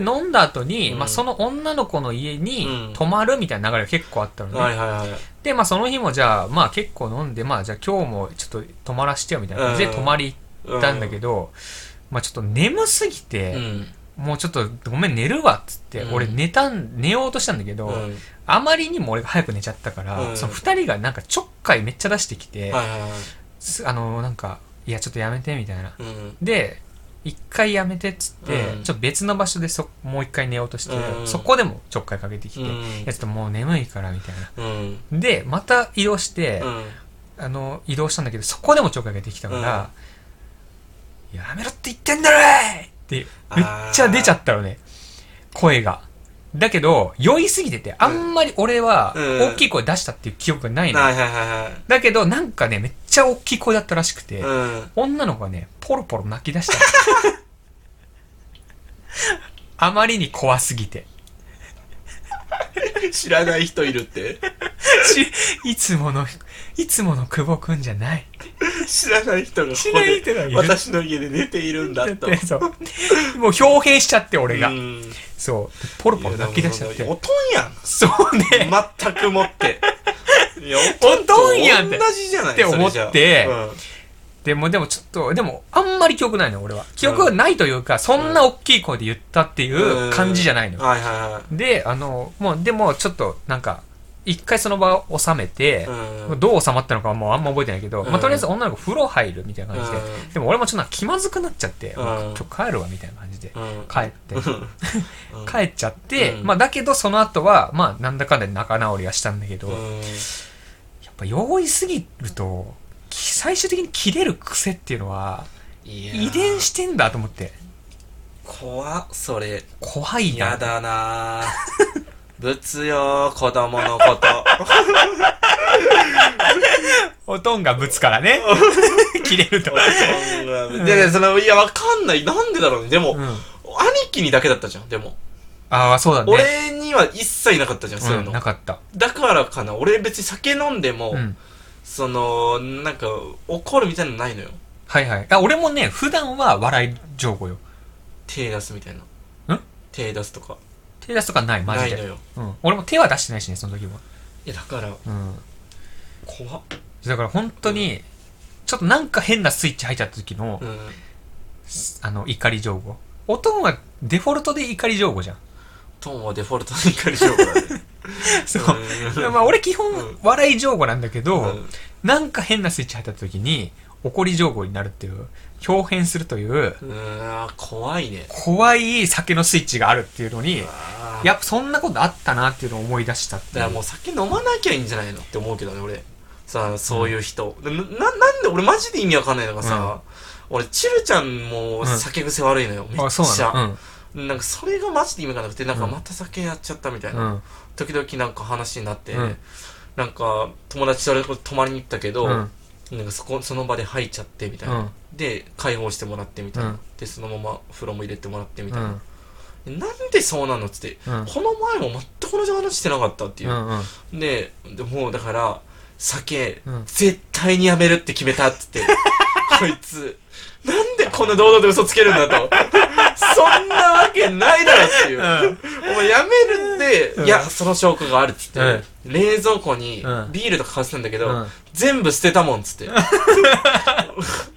Speaker 1: で、飲んだ後に、
Speaker 2: うん
Speaker 1: まあ、その女の子の家
Speaker 2: う
Speaker 1: に
Speaker 2: ん
Speaker 1: 泊まるみたいな流れが結構あったのね。
Speaker 2: はいはいはい
Speaker 1: で、まあ、その日もじゃあ、まあ、結構飲んで、まあ、じゃあ今日もちょっと泊まらしてよみたいな感じで
Speaker 2: うん
Speaker 1: 泊まり行ったんだけ
Speaker 2: ど
Speaker 1: ど、まあ、ちょっと眠すぎ
Speaker 2: う
Speaker 1: て、
Speaker 2: ん
Speaker 1: もうちょっとごめん寝るわっつって、
Speaker 2: うん
Speaker 1: 俺寝たん、寝ようとしたんだけど、
Speaker 2: うん
Speaker 1: あまりにも俺が早く寝ちゃったから、
Speaker 2: うん
Speaker 1: その二人がなんかちょっかいめっちゃ出してきて、
Speaker 2: はいはいはい
Speaker 1: すあのなんか「いや、ちょっとやめて、みたいな。
Speaker 2: うん。
Speaker 1: で、一回やめてっつって、
Speaker 2: うん
Speaker 1: ちょっと別の場所でそもう一回寝ようとして、
Speaker 2: うん
Speaker 1: そこでもちょっかいかけてきて、
Speaker 2: うん
Speaker 1: いや、ちょっともう眠いから、みたいな。
Speaker 2: うん。
Speaker 1: で、また移動して、
Speaker 2: うん。
Speaker 1: あの、移動したんだけど、そこでもちょっかいかけてきたから、やめろって言ってんだろいって、めっちゃ出ちゃったのね、声が。だけど、酔いすぎてて、あんまり俺は
Speaker 2: うん
Speaker 1: 大きい声出したっていう記憶がないの。
Speaker 2: はいはいは
Speaker 1: だけど、なんかね、めっちゃ大きい声だったらしくて、
Speaker 2: いはい。うん。
Speaker 1: 女の子がね、ポロポロ泣き出したの。
Speaker 2: [laughs]
Speaker 1: あまりに怖すぎて。
Speaker 2: 知らない人いるって。
Speaker 1: しいつもの、いつもの久保くんじゃない。
Speaker 2: 知らない人がこ
Speaker 1: 知
Speaker 2: こ
Speaker 1: らない
Speaker 2: で
Speaker 1: 人がいる
Speaker 2: 私の家で寝ているんだ
Speaker 1: だっ
Speaker 2: と。
Speaker 1: てそう。もう表現しちゃって、俺が。
Speaker 2: うん
Speaker 1: そう。ポロポロ泣き出しちゃっ
Speaker 2: いやでも
Speaker 1: て。
Speaker 2: おとんやん。
Speaker 1: そうね。
Speaker 2: 全くもって。いや、
Speaker 1: おとんやんって
Speaker 2: 同じじゃない
Speaker 1: って思って
Speaker 2: それじゃうん
Speaker 1: でも、でもちょっと、でも、あんまり記憶ないの、俺は。記憶がないというか、そんな大きい声で言ったっていう感じじゃないの。
Speaker 2: はいはいはい。
Speaker 1: で、あの、もう、でも、ちょっと、なんか、一回その場を収めて、
Speaker 2: うん
Speaker 1: どう収まったのかはもうあんま覚えてないけど、
Speaker 2: うん
Speaker 1: まあ、とりあえず女の子風呂入るみたいな感じで、
Speaker 2: うん
Speaker 1: でも俺もちょっとなんか気まずくなっちゃって、
Speaker 2: うん
Speaker 1: まあ今日帰るわみたいな感じで、
Speaker 2: うん
Speaker 1: 帰って、
Speaker 2: うん
Speaker 1: 帰っちゃって、
Speaker 2: うん
Speaker 1: まあだけどその後は、まあなんだかんだで仲直りはしたんだけど、
Speaker 2: う
Speaker 1: や [laughs]
Speaker 2: ん
Speaker 1: っぱ酔いすぎると、き最終的に切れる癖っていうのは、
Speaker 2: いやー
Speaker 1: 遺伝してんだと思って、
Speaker 2: 怖っそれ
Speaker 1: 怖いな。
Speaker 2: やだなーぶつよー子供のこと
Speaker 1: [laughs] おとんがぶつからね、 [laughs] 切れると。
Speaker 2: いやいやそのいやわかんないなんでだろうねでも、
Speaker 1: うん
Speaker 2: 兄貴にだけだったじゃんでも、
Speaker 1: ああ、そうだね。
Speaker 2: 俺には一切なかったじゃんそういう
Speaker 1: うん
Speaker 2: の、
Speaker 1: なかった。
Speaker 2: だからかな俺別に酒飲んでも、
Speaker 1: うん。
Speaker 2: そのなんか怒るみたいなのないのよ
Speaker 1: はいはい。あ、俺もね、普段は笑い上手よ。
Speaker 2: 手出すみたいなん手出すとか
Speaker 1: 手出すとかない、マ
Speaker 2: な
Speaker 1: ジ
Speaker 2: い
Speaker 1: で。
Speaker 2: のよ
Speaker 1: うん。俺も手は出してないしね、その時も。
Speaker 2: いやだから
Speaker 1: うん。
Speaker 2: 怖っ
Speaker 1: だから本当に、ちょっとなんか変なスイッチ入っちゃった時の、
Speaker 2: うん
Speaker 1: あの、怒り情報。おとんはデフォルトで怒り情報じゃん。 [laughs]
Speaker 2: トーンはデフォルトに怒りしようからね
Speaker 1: そう。
Speaker 2: うん
Speaker 1: まあ俺基本
Speaker 2: うん
Speaker 1: 笑い情報なんだけど、
Speaker 2: うん
Speaker 1: なんか変なスイッチ入った時に、怒り情報になるっていう、表変するという、
Speaker 2: うーん、怖いね。
Speaker 1: 怖い酒のスイッチがあるっていうのに、
Speaker 2: あー
Speaker 1: やっぱそんなことあったなっていうのを思い出したって
Speaker 2: だ
Speaker 1: い
Speaker 2: から
Speaker 1: う
Speaker 2: もう酒飲まなきゃいいんじゃないのって思うけどね、俺。さあ、そういう人。でな、ななんで俺マジで意味わかんないのがさ、俺、チルちゃんも酒癖悪いのよ、めっ
Speaker 1: あ、そう
Speaker 2: ち
Speaker 1: な
Speaker 2: ゃ。
Speaker 1: の
Speaker 2: なんかそれがマジで意味がなくて、なんか
Speaker 1: うん
Speaker 2: また酒やっちゃったみたいな。
Speaker 1: うん。
Speaker 2: 時々なんか話になって、
Speaker 1: うん
Speaker 2: なんか友達と俺泊まりに行ったけど、
Speaker 1: うん。うん。
Speaker 2: なんかそこ、その場で吐いちゃってみたいな。
Speaker 1: うん。
Speaker 2: で、解放してもらってみたいな。
Speaker 1: うん
Speaker 2: で、そのまま風呂も入れてもらってみ
Speaker 1: う
Speaker 2: たいな。
Speaker 1: ん。
Speaker 2: でなんでそうなのっつって、
Speaker 1: うん
Speaker 2: この前も全く同じ話してなかったっていうう。
Speaker 1: ん。うん。
Speaker 2: で、でもうだから、酒、
Speaker 1: うん
Speaker 2: 絶対にやめるって決めたっつって。 [laughs] こいつ、なんでこんな堂々と嘘つけるんだと。 [laughs] そんなわけないだろっていう。お前やめるんで、
Speaker 1: うん
Speaker 2: いや、その証拠があるっつって、冷蔵庫に
Speaker 1: うん
Speaker 2: ビールとか買ってたんだけど、
Speaker 1: うん
Speaker 2: 全部捨てたもんっつって。
Speaker 1: [laughs]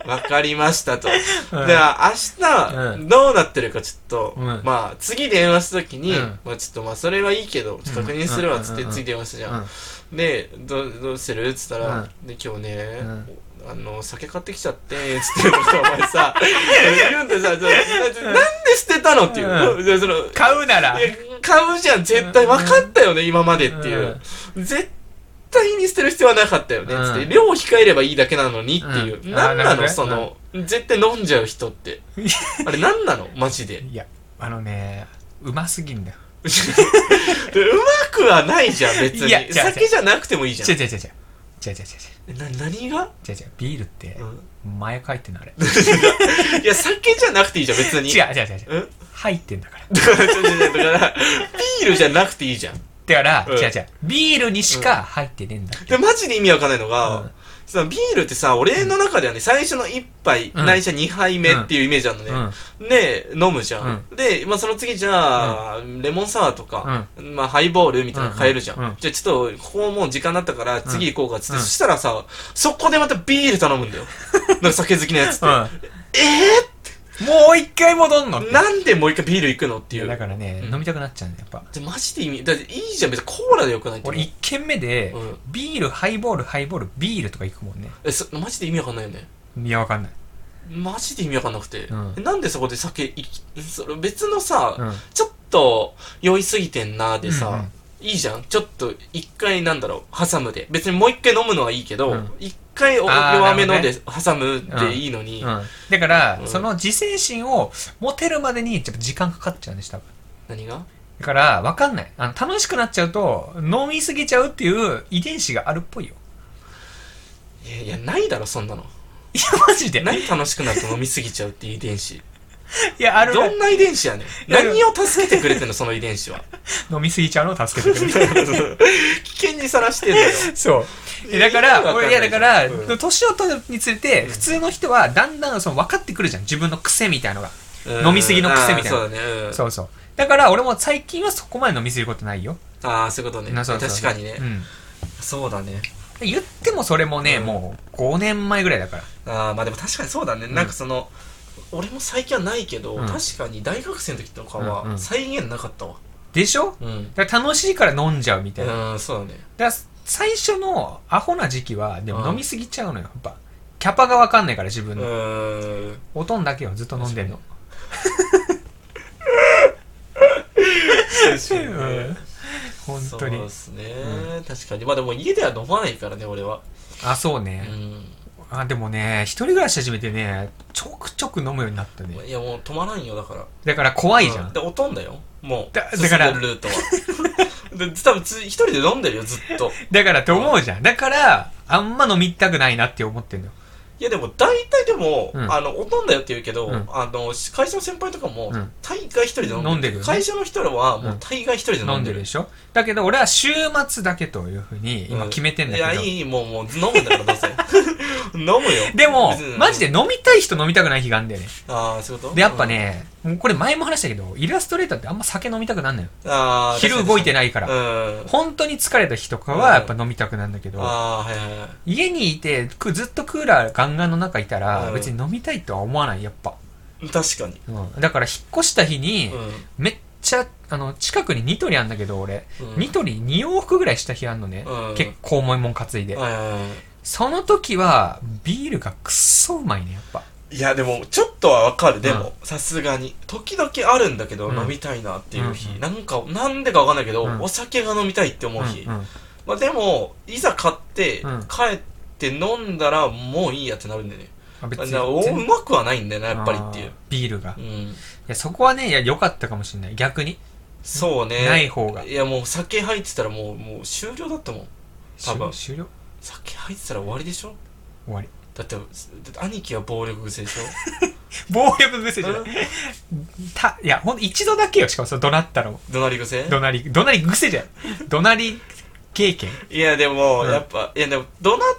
Speaker 2: わかりましたと。
Speaker 1: うん
Speaker 2: では明日、
Speaker 1: う
Speaker 2: どうなってるかちょっと、
Speaker 1: うん
Speaker 2: まあ次電話した時に、
Speaker 1: うん
Speaker 2: まあちょっとまあそれはいいけど、ちょっと確認するわっつっ
Speaker 1: う
Speaker 2: て
Speaker 1: ん
Speaker 2: 次電話したじゃん。
Speaker 1: うん。
Speaker 2: でど「どうしてる?」っつったら「で今日ね、あの酒買ってきちゃって」っつって「お前さ言うんで
Speaker 1: [laughs]
Speaker 2: さじゃあなんで捨てたの?」っていう、
Speaker 1: う
Speaker 2: でそのい
Speaker 1: 買うなら
Speaker 2: や買うじゃん絶対分かったよね、今までっていう、絶対に捨てる必要はなかったよね、
Speaker 1: うん
Speaker 2: つって量控えればいいだけなのにっていう、
Speaker 1: うん
Speaker 2: なん
Speaker 1: あ
Speaker 2: な
Speaker 1: ーなるほど
Speaker 2: の
Speaker 1: ね
Speaker 2: その、絶対飲んじゃう人って
Speaker 1: [laughs]
Speaker 2: あれなんなのマジで
Speaker 1: いやあのねうますぎんだよ
Speaker 2: でうまくはないじゃん別
Speaker 1: いや違う違
Speaker 2: に
Speaker 1: う
Speaker 2: 酒じゃなくてもいいじゃん
Speaker 1: 違う違う違う違う違う違う
Speaker 2: な何が、
Speaker 1: 違う違うビールって前かいてんのあれ
Speaker 2: いや酒じゃなくていいじゃん別に
Speaker 1: 違う違う違う違うん入ってんだから
Speaker 2: [laughs] だから、ちょちょちょだから、ビールじゃなくていいじゃん。
Speaker 1: だか
Speaker 2: うん
Speaker 1: ら違う違うビールにしか入ってねえんだ
Speaker 2: で、マジで意味わかんないのが、
Speaker 1: うん
Speaker 2: そのビールってさ、俺の中ではね、最初の1杯、
Speaker 1: うん
Speaker 2: ないしは2杯目っていうイメージあるのね。で、飲むじゃん。で、まあ、その次じゃあ、レモンサワーとか、まあ、ハイボールみたいなの買えるじゃん。
Speaker 1: うんうん
Speaker 2: じゃあ、ちょっと、ここもう時間だったから、次行こうかっつって、
Speaker 1: うん
Speaker 2: そしたらさ、そこでまたビール頼む
Speaker 1: [laughs]
Speaker 2: んだよ。なんか酒好きなやつって。
Speaker 1: うんもう一回戻んのっ
Speaker 2: なんでもう一回ビール行くのって
Speaker 1: て
Speaker 2: い
Speaker 1: いうだ
Speaker 2: う。
Speaker 1: からね
Speaker 2: うん
Speaker 1: 飲みたくなっちゃうんだよやっぱ
Speaker 2: でマジで意味、だっていいじゃん、別にコーラでよくないって。
Speaker 1: 俺一軒目で
Speaker 2: うん
Speaker 1: ビールハイボールハイボールビールとか行くもんね
Speaker 2: え、そマジで意味わかんないよね。
Speaker 1: いやわかんない
Speaker 2: マジで意味わかんなくて、
Speaker 1: うん
Speaker 2: えなんでそこで酒いそれ別のさ、
Speaker 1: うん。
Speaker 2: ちょっと酔いすぎてんなでさ、
Speaker 1: うんうん
Speaker 2: いいじゃんちょっと一回なんだろう挟むで別にもう一回飲むのはいいけど
Speaker 1: うん
Speaker 2: 一、回お
Speaker 1: あー
Speaker 2: 弱めの
Speaker 1: な
Speaker 2: で挟むでいいのに、
Speaker 1: うん、だから、
Speaker 2: うん
Speaker 1: その自制心を持てるまでにちょっと時間かかっちゃうんです多分
Speaker 2: 何が
Speaker 1: だから分かんないあの楽しくなっちゃうと飲みすぎちゃうっていう遺伝子があるっぽい
Speaker 2: [laughs]
Speaker 1: よ
Speaker 2: いやいやないだろそんなの
Speaker 1: いやマジで
Speaker 2: 何楽しくなると飲みすぎちゃうっていう遺伝子
Speaker 1: [laughs] いやある
Speaker 2: どんな遺伝子やねん
Speaker 1: やいや
Speaker 2: 何を助けてくれてんのその遺伝子は
Speaker 1: 飲みすぎちゃうのを助けてくれる
Speaker 2: [laughs] 危険にさらしてんだよ
Speaker 1: そうえだか
Speaker 2: 意味
Speaker 1: ら
Speaker 2: わかんない
Speaker 1: 俺いやだから、
Speaker 2: うん
Speaker 1: 年を取るにつれて普通の人はだんだんその分かってくるじゃん自分の癖みたいのが、
Speaker 2: うん
Speaker 1: 飲みすぎの癖みたいな
Speaker 2: あーそうだね、うん
Speaker 1: そうそうだから俺も最近はそこまで飲みすぎることないよ、
Speaker 2: ああそういうことね
Speaker 1: なそうそう
Speaker 2: 確かにね、
Speaker 1: うん
Speaker 2: そうだね
Speaker 1: 言ってもそれもね、
Speaker 2: うん
Speaker 1: もう5年前ぐらいだから
Speaker 2: ああまあでも確かにそうだね、
Speaker 1: ん
Speaker 2: なんかその俺も最近はないけど、
Speaker 1: うん
Speaker 2: 確かに大学生の時とか
Speaker 1: うんう
Speaker 2: は
Speaker 1: ん
Speaker 2: 再現なかったわ
Speaker 1: でしょ
Speaker 2: うん、うん
Speaker 1: だから楽しいから飲んじゃうみたいな、
Speaker 2: そうだね
Speaker 1: だから最初のアホな時期はで
Speaker 2: う
Speaker 1: も
Speaker 2: ん
Speaker 1: 飲みすぎちゃうのよやっぱキャパが分かんないから自
Speaker 2: う
Speaker 1: 分の、
Speaker 2: ーん
Speaker 1: おとんだけはずっと飲んでんの
Speaker 2: 確かに
Speaker 1: [laughs]
Speaker 2: ね
Speaker 1: うん [laughs] 本当に
Speaker 2: そうですね、確かにまあでも家では飲まないからね俺は
Speaker 1: あそう
Speaker 2: う
Speaker 1: ね、
Speaker 2: ん
Speaker 1: あでもね一人暮らし始めてねちょくちょく飲むようになったね
Speaker 2: いやもう止まらんよだから
Speaker 1: だから怖いじゃ
Speaker 2: うんでおとんだよもう
Speaker 1: だだから
Speaker 2: 進んでるルートはで多分つ一人で飲んでるよず
Speaker 1: [laughs]
Speaker 2: っと
Speaker 1: だからって思うじゃんだからあんま飲みたくないなって思ってんのよ
Speaker 2: いやでも大体でも、
Speaker 1: うん
Speaker 2: あの、おとんだよって言うけど、
Speaker 1: うん
Speaker 2: あの、会社の先輩とかも
Speaker 1: うん、
Speaker 2: 大概一人で飲んでる。
Speaker 1: 飲んでるよね
Speaker 2: 会社の人らは、
Speaker 1: ん
Speaker 2: もう大概一人で
Speaker 1: 飲
Speaker 2: 飲
Speaker 1: ん
Speaker 2: ん
Speaker 1: で
Speaker 2: で
Speaker 1: る
Speaker 2: る
Speaker 1: で。しょだけど俺は週末だけというふうに今決めてんだけど、
Speaker 2: いや、いい、もう、もう、飲むんだから、
Speaker 1: [laughs]
Speaker 2: どうせ。飲むよ。
Speaker 1: でも
Speaker 2: 別に
Speaker 1: マジで。飲みたい人飲みたくない日があるんだよね
Speaker 2: ああ、そういうこと
Speaker 1: でやっぱ、ね、もうこれ前も話したけどイラストレーターってあんま酒飲みたくなんのよ
Speaker 2: うんああ、
Speaker 1: 昼動いて
Speaker 2: ない
Speaker 1: ないか
Speaker 2: からうん。
Speaker 1: 本当に疲れた日とかはやっぱ飲みたくなんだけど、
Speaker 2: ああー、はいはいはい。
Speaker 1: 家にいてくずっとクーラーガンガンの中いたら、
Speaker 2: うん
Speaker 1: 別に飲みたいとは思わないやっぱ、
Speaker 2: 確かに。
Speaker 1: うん、だから引っ越した日に、
Speaker 2: う
Speaker 1: めっちゃあの近くにニトリあんだけど俺、
Speaker 2: うん
Speaker 1: ニトリ2往復ぐらいした日あんのね、
Speaker 2: うん
Speaker 1: 結構重いもん担いで、
Speaker 2: ん。はいはいは
Speaker 1: その時はビールがくっそうまいねやっぱ
Speaker 2: い。いや、でも、ちょっとはわかる、でも、さすがに。時々あるんだけど、
Speaker 1: うん
Speaker 2: 飲みたいなっていう日。
Speaker 1: うん
Speaker 2: なんか、なんでかわかんないけど、
Speaker 1: うん
Speaker 2: お酒が飲みたいって思う日。
Speaker 1: うんうん
Speaker 2: まあでも、いざ買って、
Speaker 1: うん
Speaker 2: 帰って飲んだらもういいやってなるんでね。
Speaker 1: あ別
Speaker 2: だ
Speaker 1: に
Speaker 2: からおう
Speaker 1: 全
Speaker 2: まくはないんだよな、やっぱりってい
Speaker 1: あー
Speaker 2: う。
Speaker 1: ビールが
Speaker 2: う
Speaker 1: い
Speaker 2: ん。
Speaker 1: やそこはねいや良かったかもしれない逆に
Speaker 2: そうね。
Speaker 1: ない方が
Speaker 2: いやもう酒入ってたらもう、もう終了だったもん。多分
Speaker 1: 終了
Speaker 2: 酒入ってたら終わりでしょ
Speaker 1: 終わり
Speaker 2: だって、だって兄貴は暴力癖
Speaker 1: [laughs]
Speaker 2: でしょ
Speaker 1: 暴力癖じゃないたいやほんと一度だけよしかもそれ怒鳴ったの
Speaker 2: 怒鳴り癖
Speaker 1: 怒鳴り怒鳴り癖じゃん怒鳴り経験
Speaker 2: いやでも、
Speaker 1: うん
Speaker 2: やっぱ、いやでも、怒鳴っ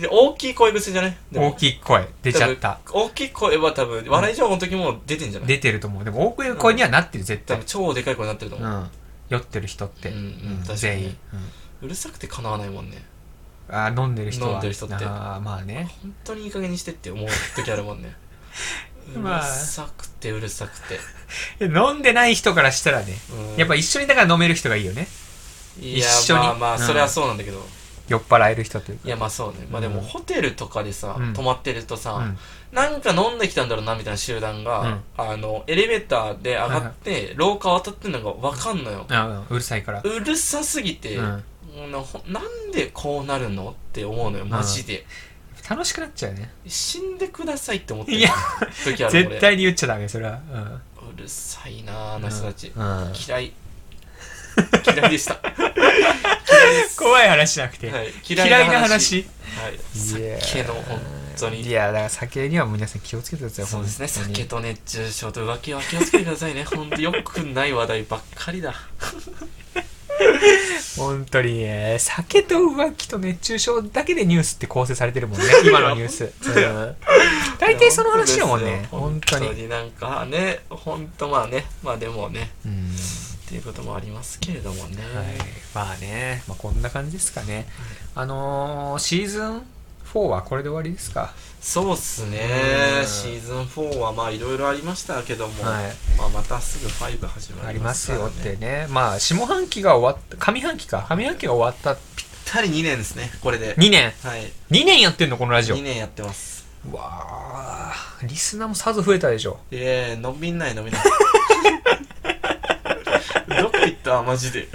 Speaker 2: て、大きい声癖じゃないでも
Speaker 1: 大きい声出ちゃった
Speaker 2: 多分大きい声は多分、笑い情報の時も出てんじゃない、
Speaker 1: 出てると思うでも大きい声にはなってる絶
Speaker 2: 多
Speaker 1: 対
Speaker 2: 分超でかい声になってると
Speaker 1: う
Speaker 2: 思う。
Speaker 1: ん酔ってる人って
Speaker 2: うんうん確かに
Speaker 1: 全員
Speaker 2: うるさくてかなわないもんね。
Speaker 1: うんあー飲んでる人は
Speaker 2: 飲んでる人って
Speaker 1: あーまあね
Speaker 2: 本当にいい加減にしてって思う時あるもんねうる
Speaker 1: [laughs] まあ
Speaker 2: さくてうるさくて、
Speaker 1: 飲んでない人からしたらね
Speaker 2: うん
Speaker 1: やっぱ一緒にだから飲める人がいいよね
Speaker 2: いや
Speaker 1: 一緒に
Speaker 2: まあま
Speaker 1: う
Speaker 2: あ
Speaker 1: ん
Speaker 2: それはそうなんだけど、
Speaker 1: 酔っ払える人というか
Speaker 2: いやまあそうねまあでも
Speaker 1: うん
Speaker 2: ホテルとかでさ、
Speaker 1: うん
Speaker 2: 泊まってるとさ、
Speaker 1: うん
Speaker 2: なんか飲んできたんだろうなみたいな集団が、
Speaker 1: うん
Speaker 2: あのエレベーターで上がって廊下渡ってんのがわかんのよ、
Speaker 1: あーうるさいから
Speaker 2: うるさすぎて、
Speaker 1: うん
Speaker 2: もうなほなんでこうなるのって思うのよマジで、
Speaker 1: 楽しくなっちゃうね
Speaker 2: 死んでくださいって思って
Speaker 1: いや
Speaker 2: 時ある
Speaker 1: 絶対に言っちゃダメそれはうん
Speaker 2: 俺うるさいなあの人たち、
Speaker 1: うん
Speaker 2: 嫌い嫌い
Speaker 1: [laughs]
Speaker 2: でした
Speaker 1: 怖い話じゃなくて、
Speaker 2: はい、
Speaker 1: 嫌いな話
Speaker 2: はい、
Speaker 1: いやー
Speaker 2: 酒の本当に
Speaker 1: いやだから酒には皆さん気をつけてください
Speaker 2: そうですね
Speaker 1: 本当に
Speaker 2: 酒と熱中症と浮気は気をつけてくださいね本当よくない話題ばっかりだ
Speaker 1: 本当にね酒と浮気と熱中症だけでニュースって構成されてる
Speaker 2: [laughs]
Speaker 1: もんね今のニュースうん [laughs] 大体その話だもん
Speaker 2: い
Speaker 1: ね
Speaker 2: や
Speaker 1: 本当に
Speaker 2: 本当になんかね本当まあねまあでもね
Speaker 1: うん
Speaker 2: っていうこともありますけれどもね、
Speaker 1: はいまあね、まあ、こんな感じですかねあのー、シーズン4はこれで終わりですか
Speaker 2: そうっすね
Speaker 1: うん
Speaker 2: シーズン4はまあいろいろありましたけども、
Speaker 1: はい
Speaker 2: まあ、またすぐ5始ま
Speaker 1: あ
Speaker 2: り
Speaker 1: りま
Speaker 2: ま
Speaker 1: す
Speaker 2: すから、ね、
Speaker 1: よってねまあ下半期が終わった上半期か上半期が終わっ
Speaker 2: ぴったり2年ですねこれで
Speaker 1: た2年
Speaker 2: はい
Speaker 1: 2年やってんのこのラジオ
Speaker 2: 2年やってます
Speaker 1: わあリスナーもさぞ増えたでしょ。
Speaker 2: いえ伸びない伸
Speaker 1: [laughs]
Speaker 2: びない。どこ行った
Speaker 1: [laughs]
Speaker 2: マジで。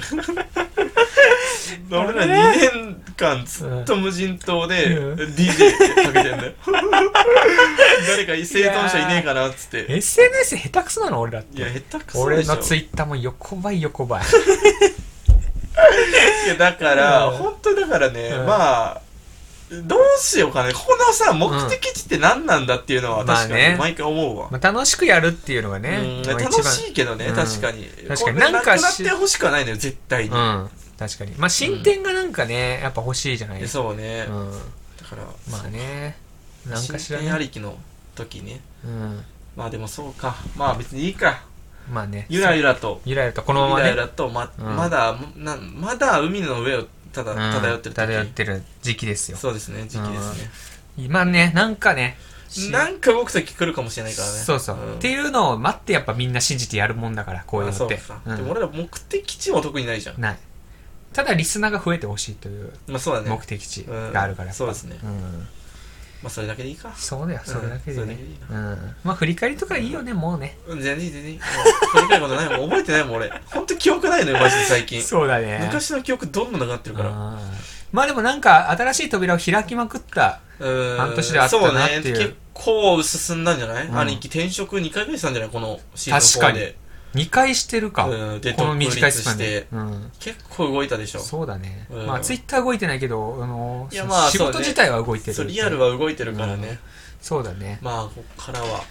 Speaker 2: 俺ら2年間ずっと無人島で
Speaker 1: うん
Speaker 2: DJ ってかけてんだ
Speaker 1: [laughs]
Speaker 2: よ。誰か生存者いねえかなっつって。
Speaker 1: SNS 下手くそなの俺らっ
Speaker 2: いや、
Speaker 1: て。
Speaker 2: 下手くそ
Speaker 1: 俺
Speaker 2: でしょ。
Speaker 1: のツイッターも横ばい横ばい。
Speaker 2: いや、だから、
Speaker 1: うん
Speaker 2: 本当にだからね、
Speaker 1: うん
Speaker 2: まあ、どうしようかね。ここのさ、目的地って何なんだっていうのは
Speaker 1: うん
Speaker 2: 確
Speaker 1: まあ
Speaker 2: か
Speaker 1: ね
Speaker 2: に毎回思うわ。
Speaker 1: まあ、楽しくやるっていうのがね、
Speaker 2: うん
Speaker 1: まあ
Speaker 2: 楽しいけどね、
Speaker 1: うん
Speaker 2: 確かに。
Speaker 1: 確かに
Speaker 2: これ
Speaker 1: なんか
Speaker 2: なくなっ
Speaker 1: して
Speaker 2: ほしくはないのよ、絶対に。
Speaker 1: うん確かにまあ進展がなんかね、やっぱ欲しいじゃないですか
Speaker 2: そうね、
Speaker 1: う、ん、
Speaker 2: だから、
Speaker 1: まあねなんかしら
Speaker 2: 進展あ
Speaker 1: ね、
Speaker 2: りきの時ね。
Speaker 1: うん、
Speaker 2: まあでもそうか。まあ別にいいか。
Speaker 1: まあね
Speaker 2: ゆらゆらと、
Speaker 1: ゆらゆらとこ
Speaker 2: ゆ
Speaker 1: のまま
Speaker 2: ら
Speaker 1: ね
Speaker 2: ゆらと、ま,、
Speaker 1: うん
Speaker 2: だな、まだ海の上をただ
Speaker 1: うん
Speaker 2: 漂ってる時、
Speaker 1: 漂ってる時期ですよ
Speaker 2: そうですね、時期ですね。
Speaker 1: 今ねなんかねし
Speaker 2: なんか動く時来るかもしれないからね。
Speaker 1: そうそう、
Speaker 2: ん
Speaker 1: っていうのを待ってやっぱみんな信じてやるもんだからこういう
Speaker 2: あ
Speaker 1: の
Speaker 2: そ
Speaker 1: って
Speaker 2: か
Speaker 1: うん
Speaker 2: でも俺ら目的地も特にないじゃん。
Speaker 1: ないただリスナーが増えてほしいという
Speaker 2: まあそうだね。
Speaker 1: 目的地があるからやっぱ、
Speaker 2: うんそうです
Speaker 1: ん
Speaker 2: ねまあそれだけでいいか。
Speaker 1: そうだよそれだけで
Speaker 2: うんそれだ
Speaker 1: ね
Speaker 2: けでいい、
Speaker 1: うんまあ振り返りとかいいよね、もうね
Speaker 2: 全然いい全然いい。もう振り返ることないもん。覚えてないもん俺。ほんと記憶な
Speaker 1: [laughs]
Speaker 2: いのよ、マジで最近。
Speaker 1: そうだね
Speaker 2: 昔の記憶どんどんなくなってるから。
Speaker 1: あーまあでもなんか新しい扉を開きまくった
Speaker 2: うん
Speaker 1: 半年であったなっていう
Speaker 2: そうね。結構進んだんじゃない、
Speaker 1: うん
Speaker 2: 兄貴転職2回ぐらいしたんじゃないこのシーズン4で。
Speaker 1: 2回してるか、
Speaker 2: うんで
Speaker 1: この短いスパン
Speaker 2: 独立し
Speaker 1: で
Speaker 2: て、
Speaker 1: うん、
Speaker 2: 結構動いたでしょ。
Speaker 1: そうだね、
Speaker 2: うん
Speaker 1: まあツイッター動いてないけど、あの
Speaker 2: いやまあ
Speaker 1: 仕
Speaker 2: そ
Speaker 1: 事
Speaker 2: うね
Speaker 1: 自体は動いてる
Speaker 2: そう、リアルは動いてるからね。
Speaker 1: そうだね
Speaker 2: まあ、こっからは。
Speaker 1: よ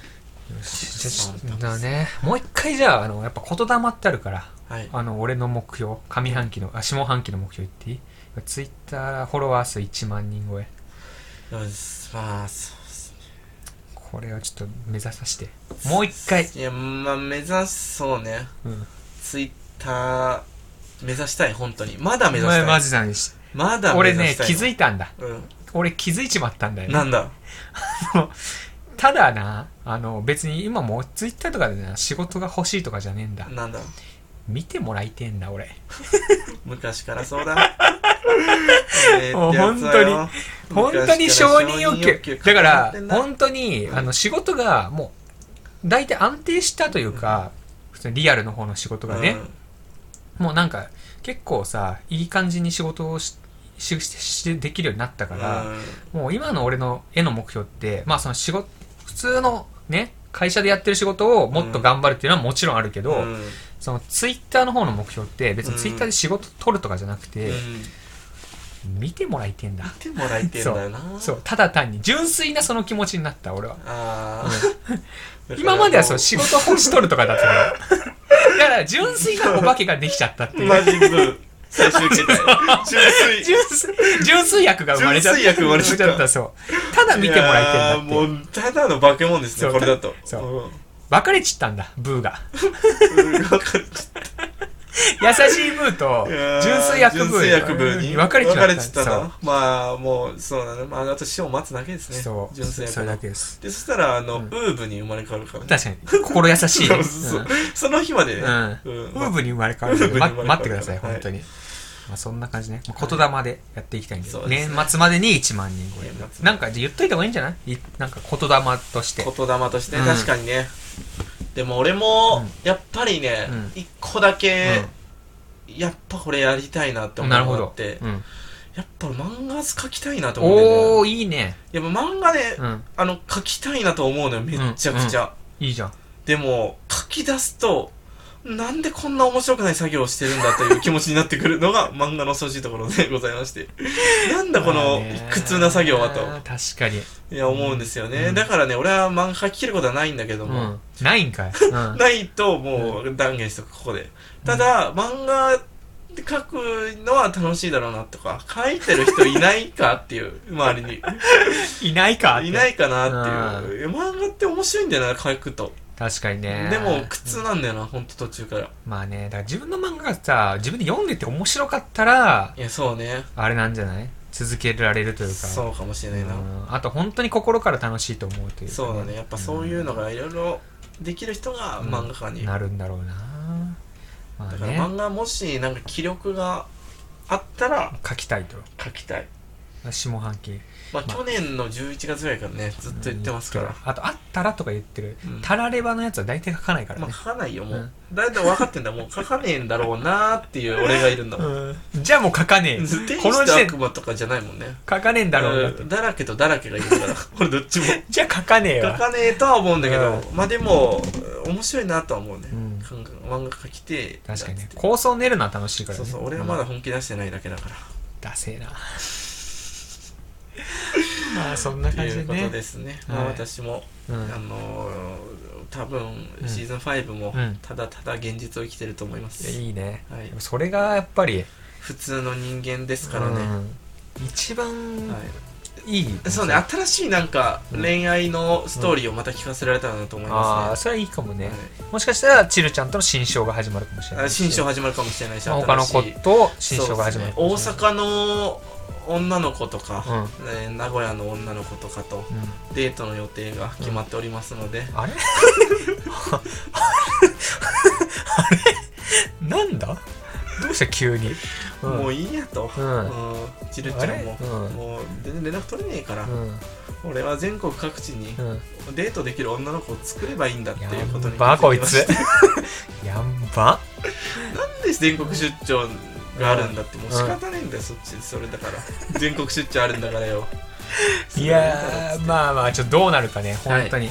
Speaker 1: し
Speaker 2: そう
Speaker 1: じゃ
Speaker 2: なん
Speaker 1: あだねもう一回じゃああのやっぱ言霊ってあるから
Speaker 2: はい。
Speaker 1: あの俺の目標上半期のあ下半期の目標言っていいツイッターフォロワー数1万人超え
Speaker 2: よしまあ、そうです
Speaker 1: これをちょっと目指さしてもう一回、
Speaker 2: ね。いや、まあ目指す、そうね。
Speaker 1: うん、
Speaker 2: ツイッター目指したい本当にまだ目指したい
Speaker 1: 前マ
Speaker 2: ま
Speaker 1: ジなんです
Speaker 2: だ目
Speaker 1: 俺
Speaker 2: 指
Speaker 1: ね
Speaker 2: したい
Speaker 1: 気づいたんだ
Speaker 2: 気づい、
Speaker 1: 俺気づいちまったんだ
Speaker 2: う
Speaker 1: よ
Speaker 2: ん、
Speaker 1: ね
Speaker 2: なんだ
Speaker 1: ただなあの別に今もうツイッターとかでな仕事が欲しいとかじゃねえんだ
Speaker 2: なんだ
Speaker 1: 見てもらいてんだ俺
Speaker 2: 昔からそうだえ
Speaker 1: [laughs]
Speaker 2: ー
Speaker 1: もう本当に本当に承認欲求だから
Speaker 2: ん
Speaker 1: 本当にあの仕事がもう大体安定したというか、普通にリアルの方の仕事がね、もうなんか結構さいい感じに仕事をししししできるようになったから、もう今の俺の絵の目標って、まあその仕事、普通のね、会社でやってる仕事をもっと頑張るっていうのはもちろんあるけど、
Speaker 2: うん
Speaker 1: そのツイッターの方の目標って別にツイッターで仕事取るとかじゃなくて、
Speaker 2: うん
Speaker 1: 見てもらいてんだ
Speaker 2: 見。てもらえてんだよな
Speaker 1: そう、ただ単に純粋なその気持ちになった俺は。
Speaker 2: ああ
Speaker 1: 今まではそう仕事をし取るとかだったから。だから純粋なお化けができちゃったっていう。
Speaker 2: マジック最終形
Speaker 1: [laughs]
Speaker 2: 態純粋
Speaker 1: 純粋、純粋役が生まれちゃった。
Speaker 2: 純粋役生まれちゃった
Speaker 1: そう。ただ見てもらえてんだっ
Speaker 2: いやー
Speaker 1: ていう。
Speaker 2: もうただの化け物です
Speaker 1: そ
Speaker 2: ね
Speaker 1: う
Speaker 2: これだと
Speaker 1: そ
Speaker 2: うん
Speaker 1: 別れちったんだ、ブーが。
Speaker 2: うんわかる
Speaker 1: 優しいブーと
Speaker 2: いや
Speaker 1: [laughs]
Speaker 2: ー
Speaker 1: 純粋役ブー
Speaker 2: 純粋役部に
Speaker 1: 分かれちゃった
Speaker 2: 分かれちゃった
Speaker 1: そ
Speaker 2: なまあもうそうなの、まあ、あと死を待つだけです
Speaker 1: う
Speaker 2: ね
Speaker 1: そう
Speaker 2: 純粋
Speaker 1: そ
Speaker 2: 役
Speaker 1: れだ
Speaker 2: 部
Speaker 1: けです
Speaker 2: でそしたらあの、
Speaker 1: うん
Speaker 2: ウーブに生まれ変わるからね
Speaker 1: 確かに心優しい
Speaker 2: そうそう
Speaker 1: うん
Speaker 2: その日までね、
Speaker 1: う
Speaker 2: うん
Speaker 1: ウーブに生まれ変わるんで
Speaker 2: ウーブに生
Speaker 1: ま
Speaker 2: ま
Speaker 1: 待
Speaker 2: れ変わる
Speaker 1: ってください
Speaker 2: はい
Speaker 1: 本当にまあそんな感じねまあ言霊でやっていきたいんで
Speaker 2: そうです
Speaker 1: 年
Speaker 2: ね
Speaker 1: 末までに1万人超え
Speaker 2: 年末
Speaker 1: なんか言っといた方がいいんじゃないいなんか言霊として
Speaker 2: 言霊として、
Speaker 1: うん
Speaker 2: 確かにねでも俺も、
Speaker 1: うん
Speaker 2: やっぱりね
Speaker 1: うん
Speaker 2: 一、個だけ、
Speaker 1: う
Speaker 2: やっぱこれやりたいなって
Speaker 1: ん
Speaker 2: 思う
Speaker 1: なるほ
Speaker 2: のがあっ
Speaker 1: ど
Speaker 2: て
Speaker 1: うん
Speaker 2: やっぱ漫画描きたいなと思うんだよ
Speaker 1: お
Speaker 2: ね
Speaker 1: ーいいね
Speaker 2: やっぱ漫画ね、
Speaker 1: うん
Speaker 2: あの描きたいなと思うのよめっちゃくちゃ、
Speaker 1: いいじゃん
Speaker 2: でも書き出すとなんでこんな面白くない作業をしてるんだ
Speaker 1: [laughs]
Speaker 2: という気持ちになってくるのが漫画の正直いところでご [laughs] ざいましてなんだこの苦痛な作業は
Speaker 1: あー
Speaker 2: と
Speaker 1: 確かに
Speaker 2: いや思うんですよね、
Speaker 1: うん
Speaker 2: だからね俺は漫画書き切ることはないんだけど
Speaker 1: う
Speaker 2: も、
Speaker 1: んないんかいうん
Speaker 2: ないともう断言しとくここでただ漫画で書くのは楽しいだろうなとか書いてる人いないかっていう周りに
Speaker 1: いないかって
Speaker 2: い [laughs] ないかなっていう漫画って面白いんだよな書くと
Speaker 1: 確かにね
Speaker 2: でも苦痛なんだよなほんと途中から
Speaker 1: まあね、だから自分の漫画がさ、自分で読んでて面白かったら、
Speaker 2: いやそうね
Speaker 1: あれなんじゃない続けられるというか。
Speaker 2: そうかもしれ
Speaker 1: う
Speaker 2: ないな、
Speaker 1: ん。あと本当に心から楽しいと思うというか、
Speaker 2: そうだねやっぱそういうのがいろいろできる人が
Speaker 1: うん
Speaker 2: 漫画家に、
Speaker 1: なるんだろうな。まあ
Speaker 2: だから
Speaker 1: ね、
Speaker 2: 漫画もしなんか気力があったら
Speaker 1: 書きたいと。
Speaker 2: 描きたい
Speaker 1: 下半期
Speaker 2: まあ、
Speaker 1: まあ
Speaker 2: 去年の11月ぐらいからね、ずっと言ってますから。
Speaker 1: あと「あったら」とか言ってる、
Speaker 2: うん
Speaker 1: たらればのやつは大体書かないから
Speaker 2: まあ、
Speaker 1: ね、
Speaker 2: 書かないよ、も
Speaker 1: う。
Speaker 2: うんだいたい分かってんだ、もう書かねえんだろうなーっていう俺がいる
Speaker 1: [laughs]
Speaker 2: んだもん。
Speaker 1: じゃあもう書かねえ
Speaker 2: 天使
Speaker 1: この時
Speaker 2: と
Speaker 1: 点
Speaker 2: 悪魔とかじゃないもんね。
Speaker 1: 書かねえんだろうなって、
Speaker 2: うんだらけとだらけがいるから、 [laughs] 俺どっちも。
Speaker 1: じゃあ書かねえ
Speaker 2: 書
Speaker 1: わ
Speaker 2: かねえとは思うんだけど、
Speaker 1: う
Speaker 2: まあでも、面白いなとは思うね。
Speaker 1: うん
Speaker 2: 考え漫画書きて、
Speaker 1: 確かにね
Speaker 2: なんつって
Speaker 1: 構想練るのは楽しいから
Speaker 2: そ
Speaker 1: ね
Speaker 2: うそう、俺はまだ本気出してないだけだから。
Speaker 1: ダセえ
Speaker 2: [laughs]
Speaker 1: なまあそんな
Speaker 2: と
Speaker 1: 感じ
Speaker 2: い
Speaker 1: で
Speaker 2: うこと
Speaker 1: ね
Speaker 2: ですね。ま
Speaker 1: は
Speaker 2: あ
Speaker 1: い
Speaker 2: 私も、
Speaker 1: うん
Speaker 2: あのー、多分
Speaker 1: うん
Speaker 2: シーズン5も
Speaker 1: うん
Speaker 2: ただただ現実を生きてると思いま
Speaker 1: い
Speaker 2: す、
Speaker 1: やいいね
Speaker 2: はい
Speaker 1: でも、それがやっぱり
Speaker 2: 普通の人間ですからね、
Speaker 1: うん一番いい、
Speaker 2: はい、そうね新しいなんか
Speaker 1: うん
Speaker 2: 恋愛のストーリーをまた聞かせられたらなと思い
Speaker 1: ああ
Speaker 2: ま
Speaker 1: ー
Speaker 2: す
Speaker 1: それはいいかもね、
Speaker 2: ね
Speaker 1: もしかしたらチルちゃんとの新章が始まるかもしれ
Speaker 2: は、
Speaker 1: ないいし
Speaker 2: 新章始まるかもしれないし
Speaker 1: まあ他の子
Speaker 2: 新しい
Speaker 1: と新章が始まるかもし
Speaker 2: そ
Speaker 1: れ
Speaker 2: うですね
Speaker 1: ない、
Speaker 2: 大阪の女の子とか、ね名古屋の女の子とかと
Speaker 1: うん
Speaker 2: デートの予定が決まっておりますので、
Speaker 1: あれ [laughs] あれあれなんだどうした急に、うん、
Speaker 2: もういいやと、
Speaker 1: うん
Speaker 2: うんちるちゃんも、
Speaker 1: あれうん
Speaker 2: もう全然連絡取れねえから、
Speaker 1: うん
Speaker 2: 俺は全国各地に
Speaker 1: うん
Speaker 2: デートできる女の子を作ればいいんだっていうこと
Speaker 1: や
Speaker 2: に
Speaker 1: んばこいつ [laughs]
Speaker 2: 気づきまし
Speaker 1: やんば
Speaker 2: たなんで全国出張があるんだってもう仕方ねえんだよそっちそれだから全国出張あるんだからよ
Speaker 1: いやー
Speaker 2: あ
Speaker 1: まあまあちょっとどうなるかね本当に、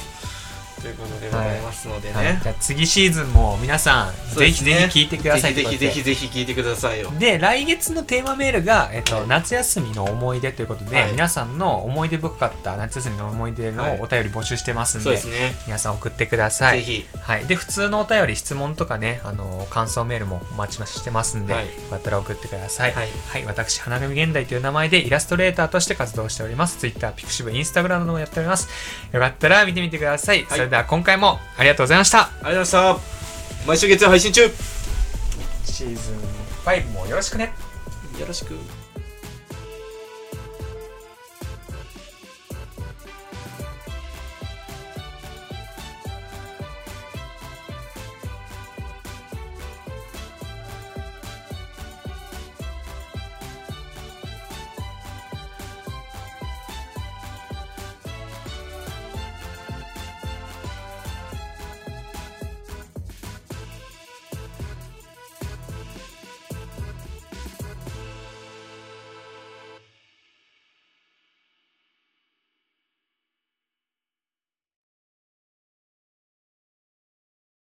Speaker 2: ということでございますのでね、
Speaker 1: はいじゃあ次シーズンも皆さん、
Speaker 2: そう
Speaker 1: ぜ
Speaker 2: で
Speaker 1: ひ
Speaker 2: す
Speaker 1: ぜ
Speaker 2: ね
Speaker 1: ひ聞いてください
Speaker 2: ぜひぜひぜひ聞いてくださいよ
Speaker 1: で来月のテーマメールが、えっと
Speaker 2: はい
Speaker 1: 夏休みの思い出ということで、
Speaker 2: はい
Speaker 1: 皆さんの思い出深かった夏休みの思い出
Speaker 2: はい
Speaker 1: のお便り募集してますんで,、
Speaker 2: そうですね、
Speaker 1: 皆さん送ってください、
Speaker 2: ぜひ
Speaker 1: はい、で普通のお便り質問とかねあの感想メールもお待ちしてますんで、
Speaker 2: はい
Speaker 1: よかったら送ってください、
Speaker 2: はい
Speaker 1: はい、私、花組現代という名前でイラストレーターとして活動しております。Twitter、Pixiv、Instagram などもやっております。よかったら見てみてください。それでは今回もありがとうございました。
Speaker 2: ありがとうございました毎週月曜配信中よ
Speaker 1: シーズン5もよろしくね。
Speaker 2: ろしく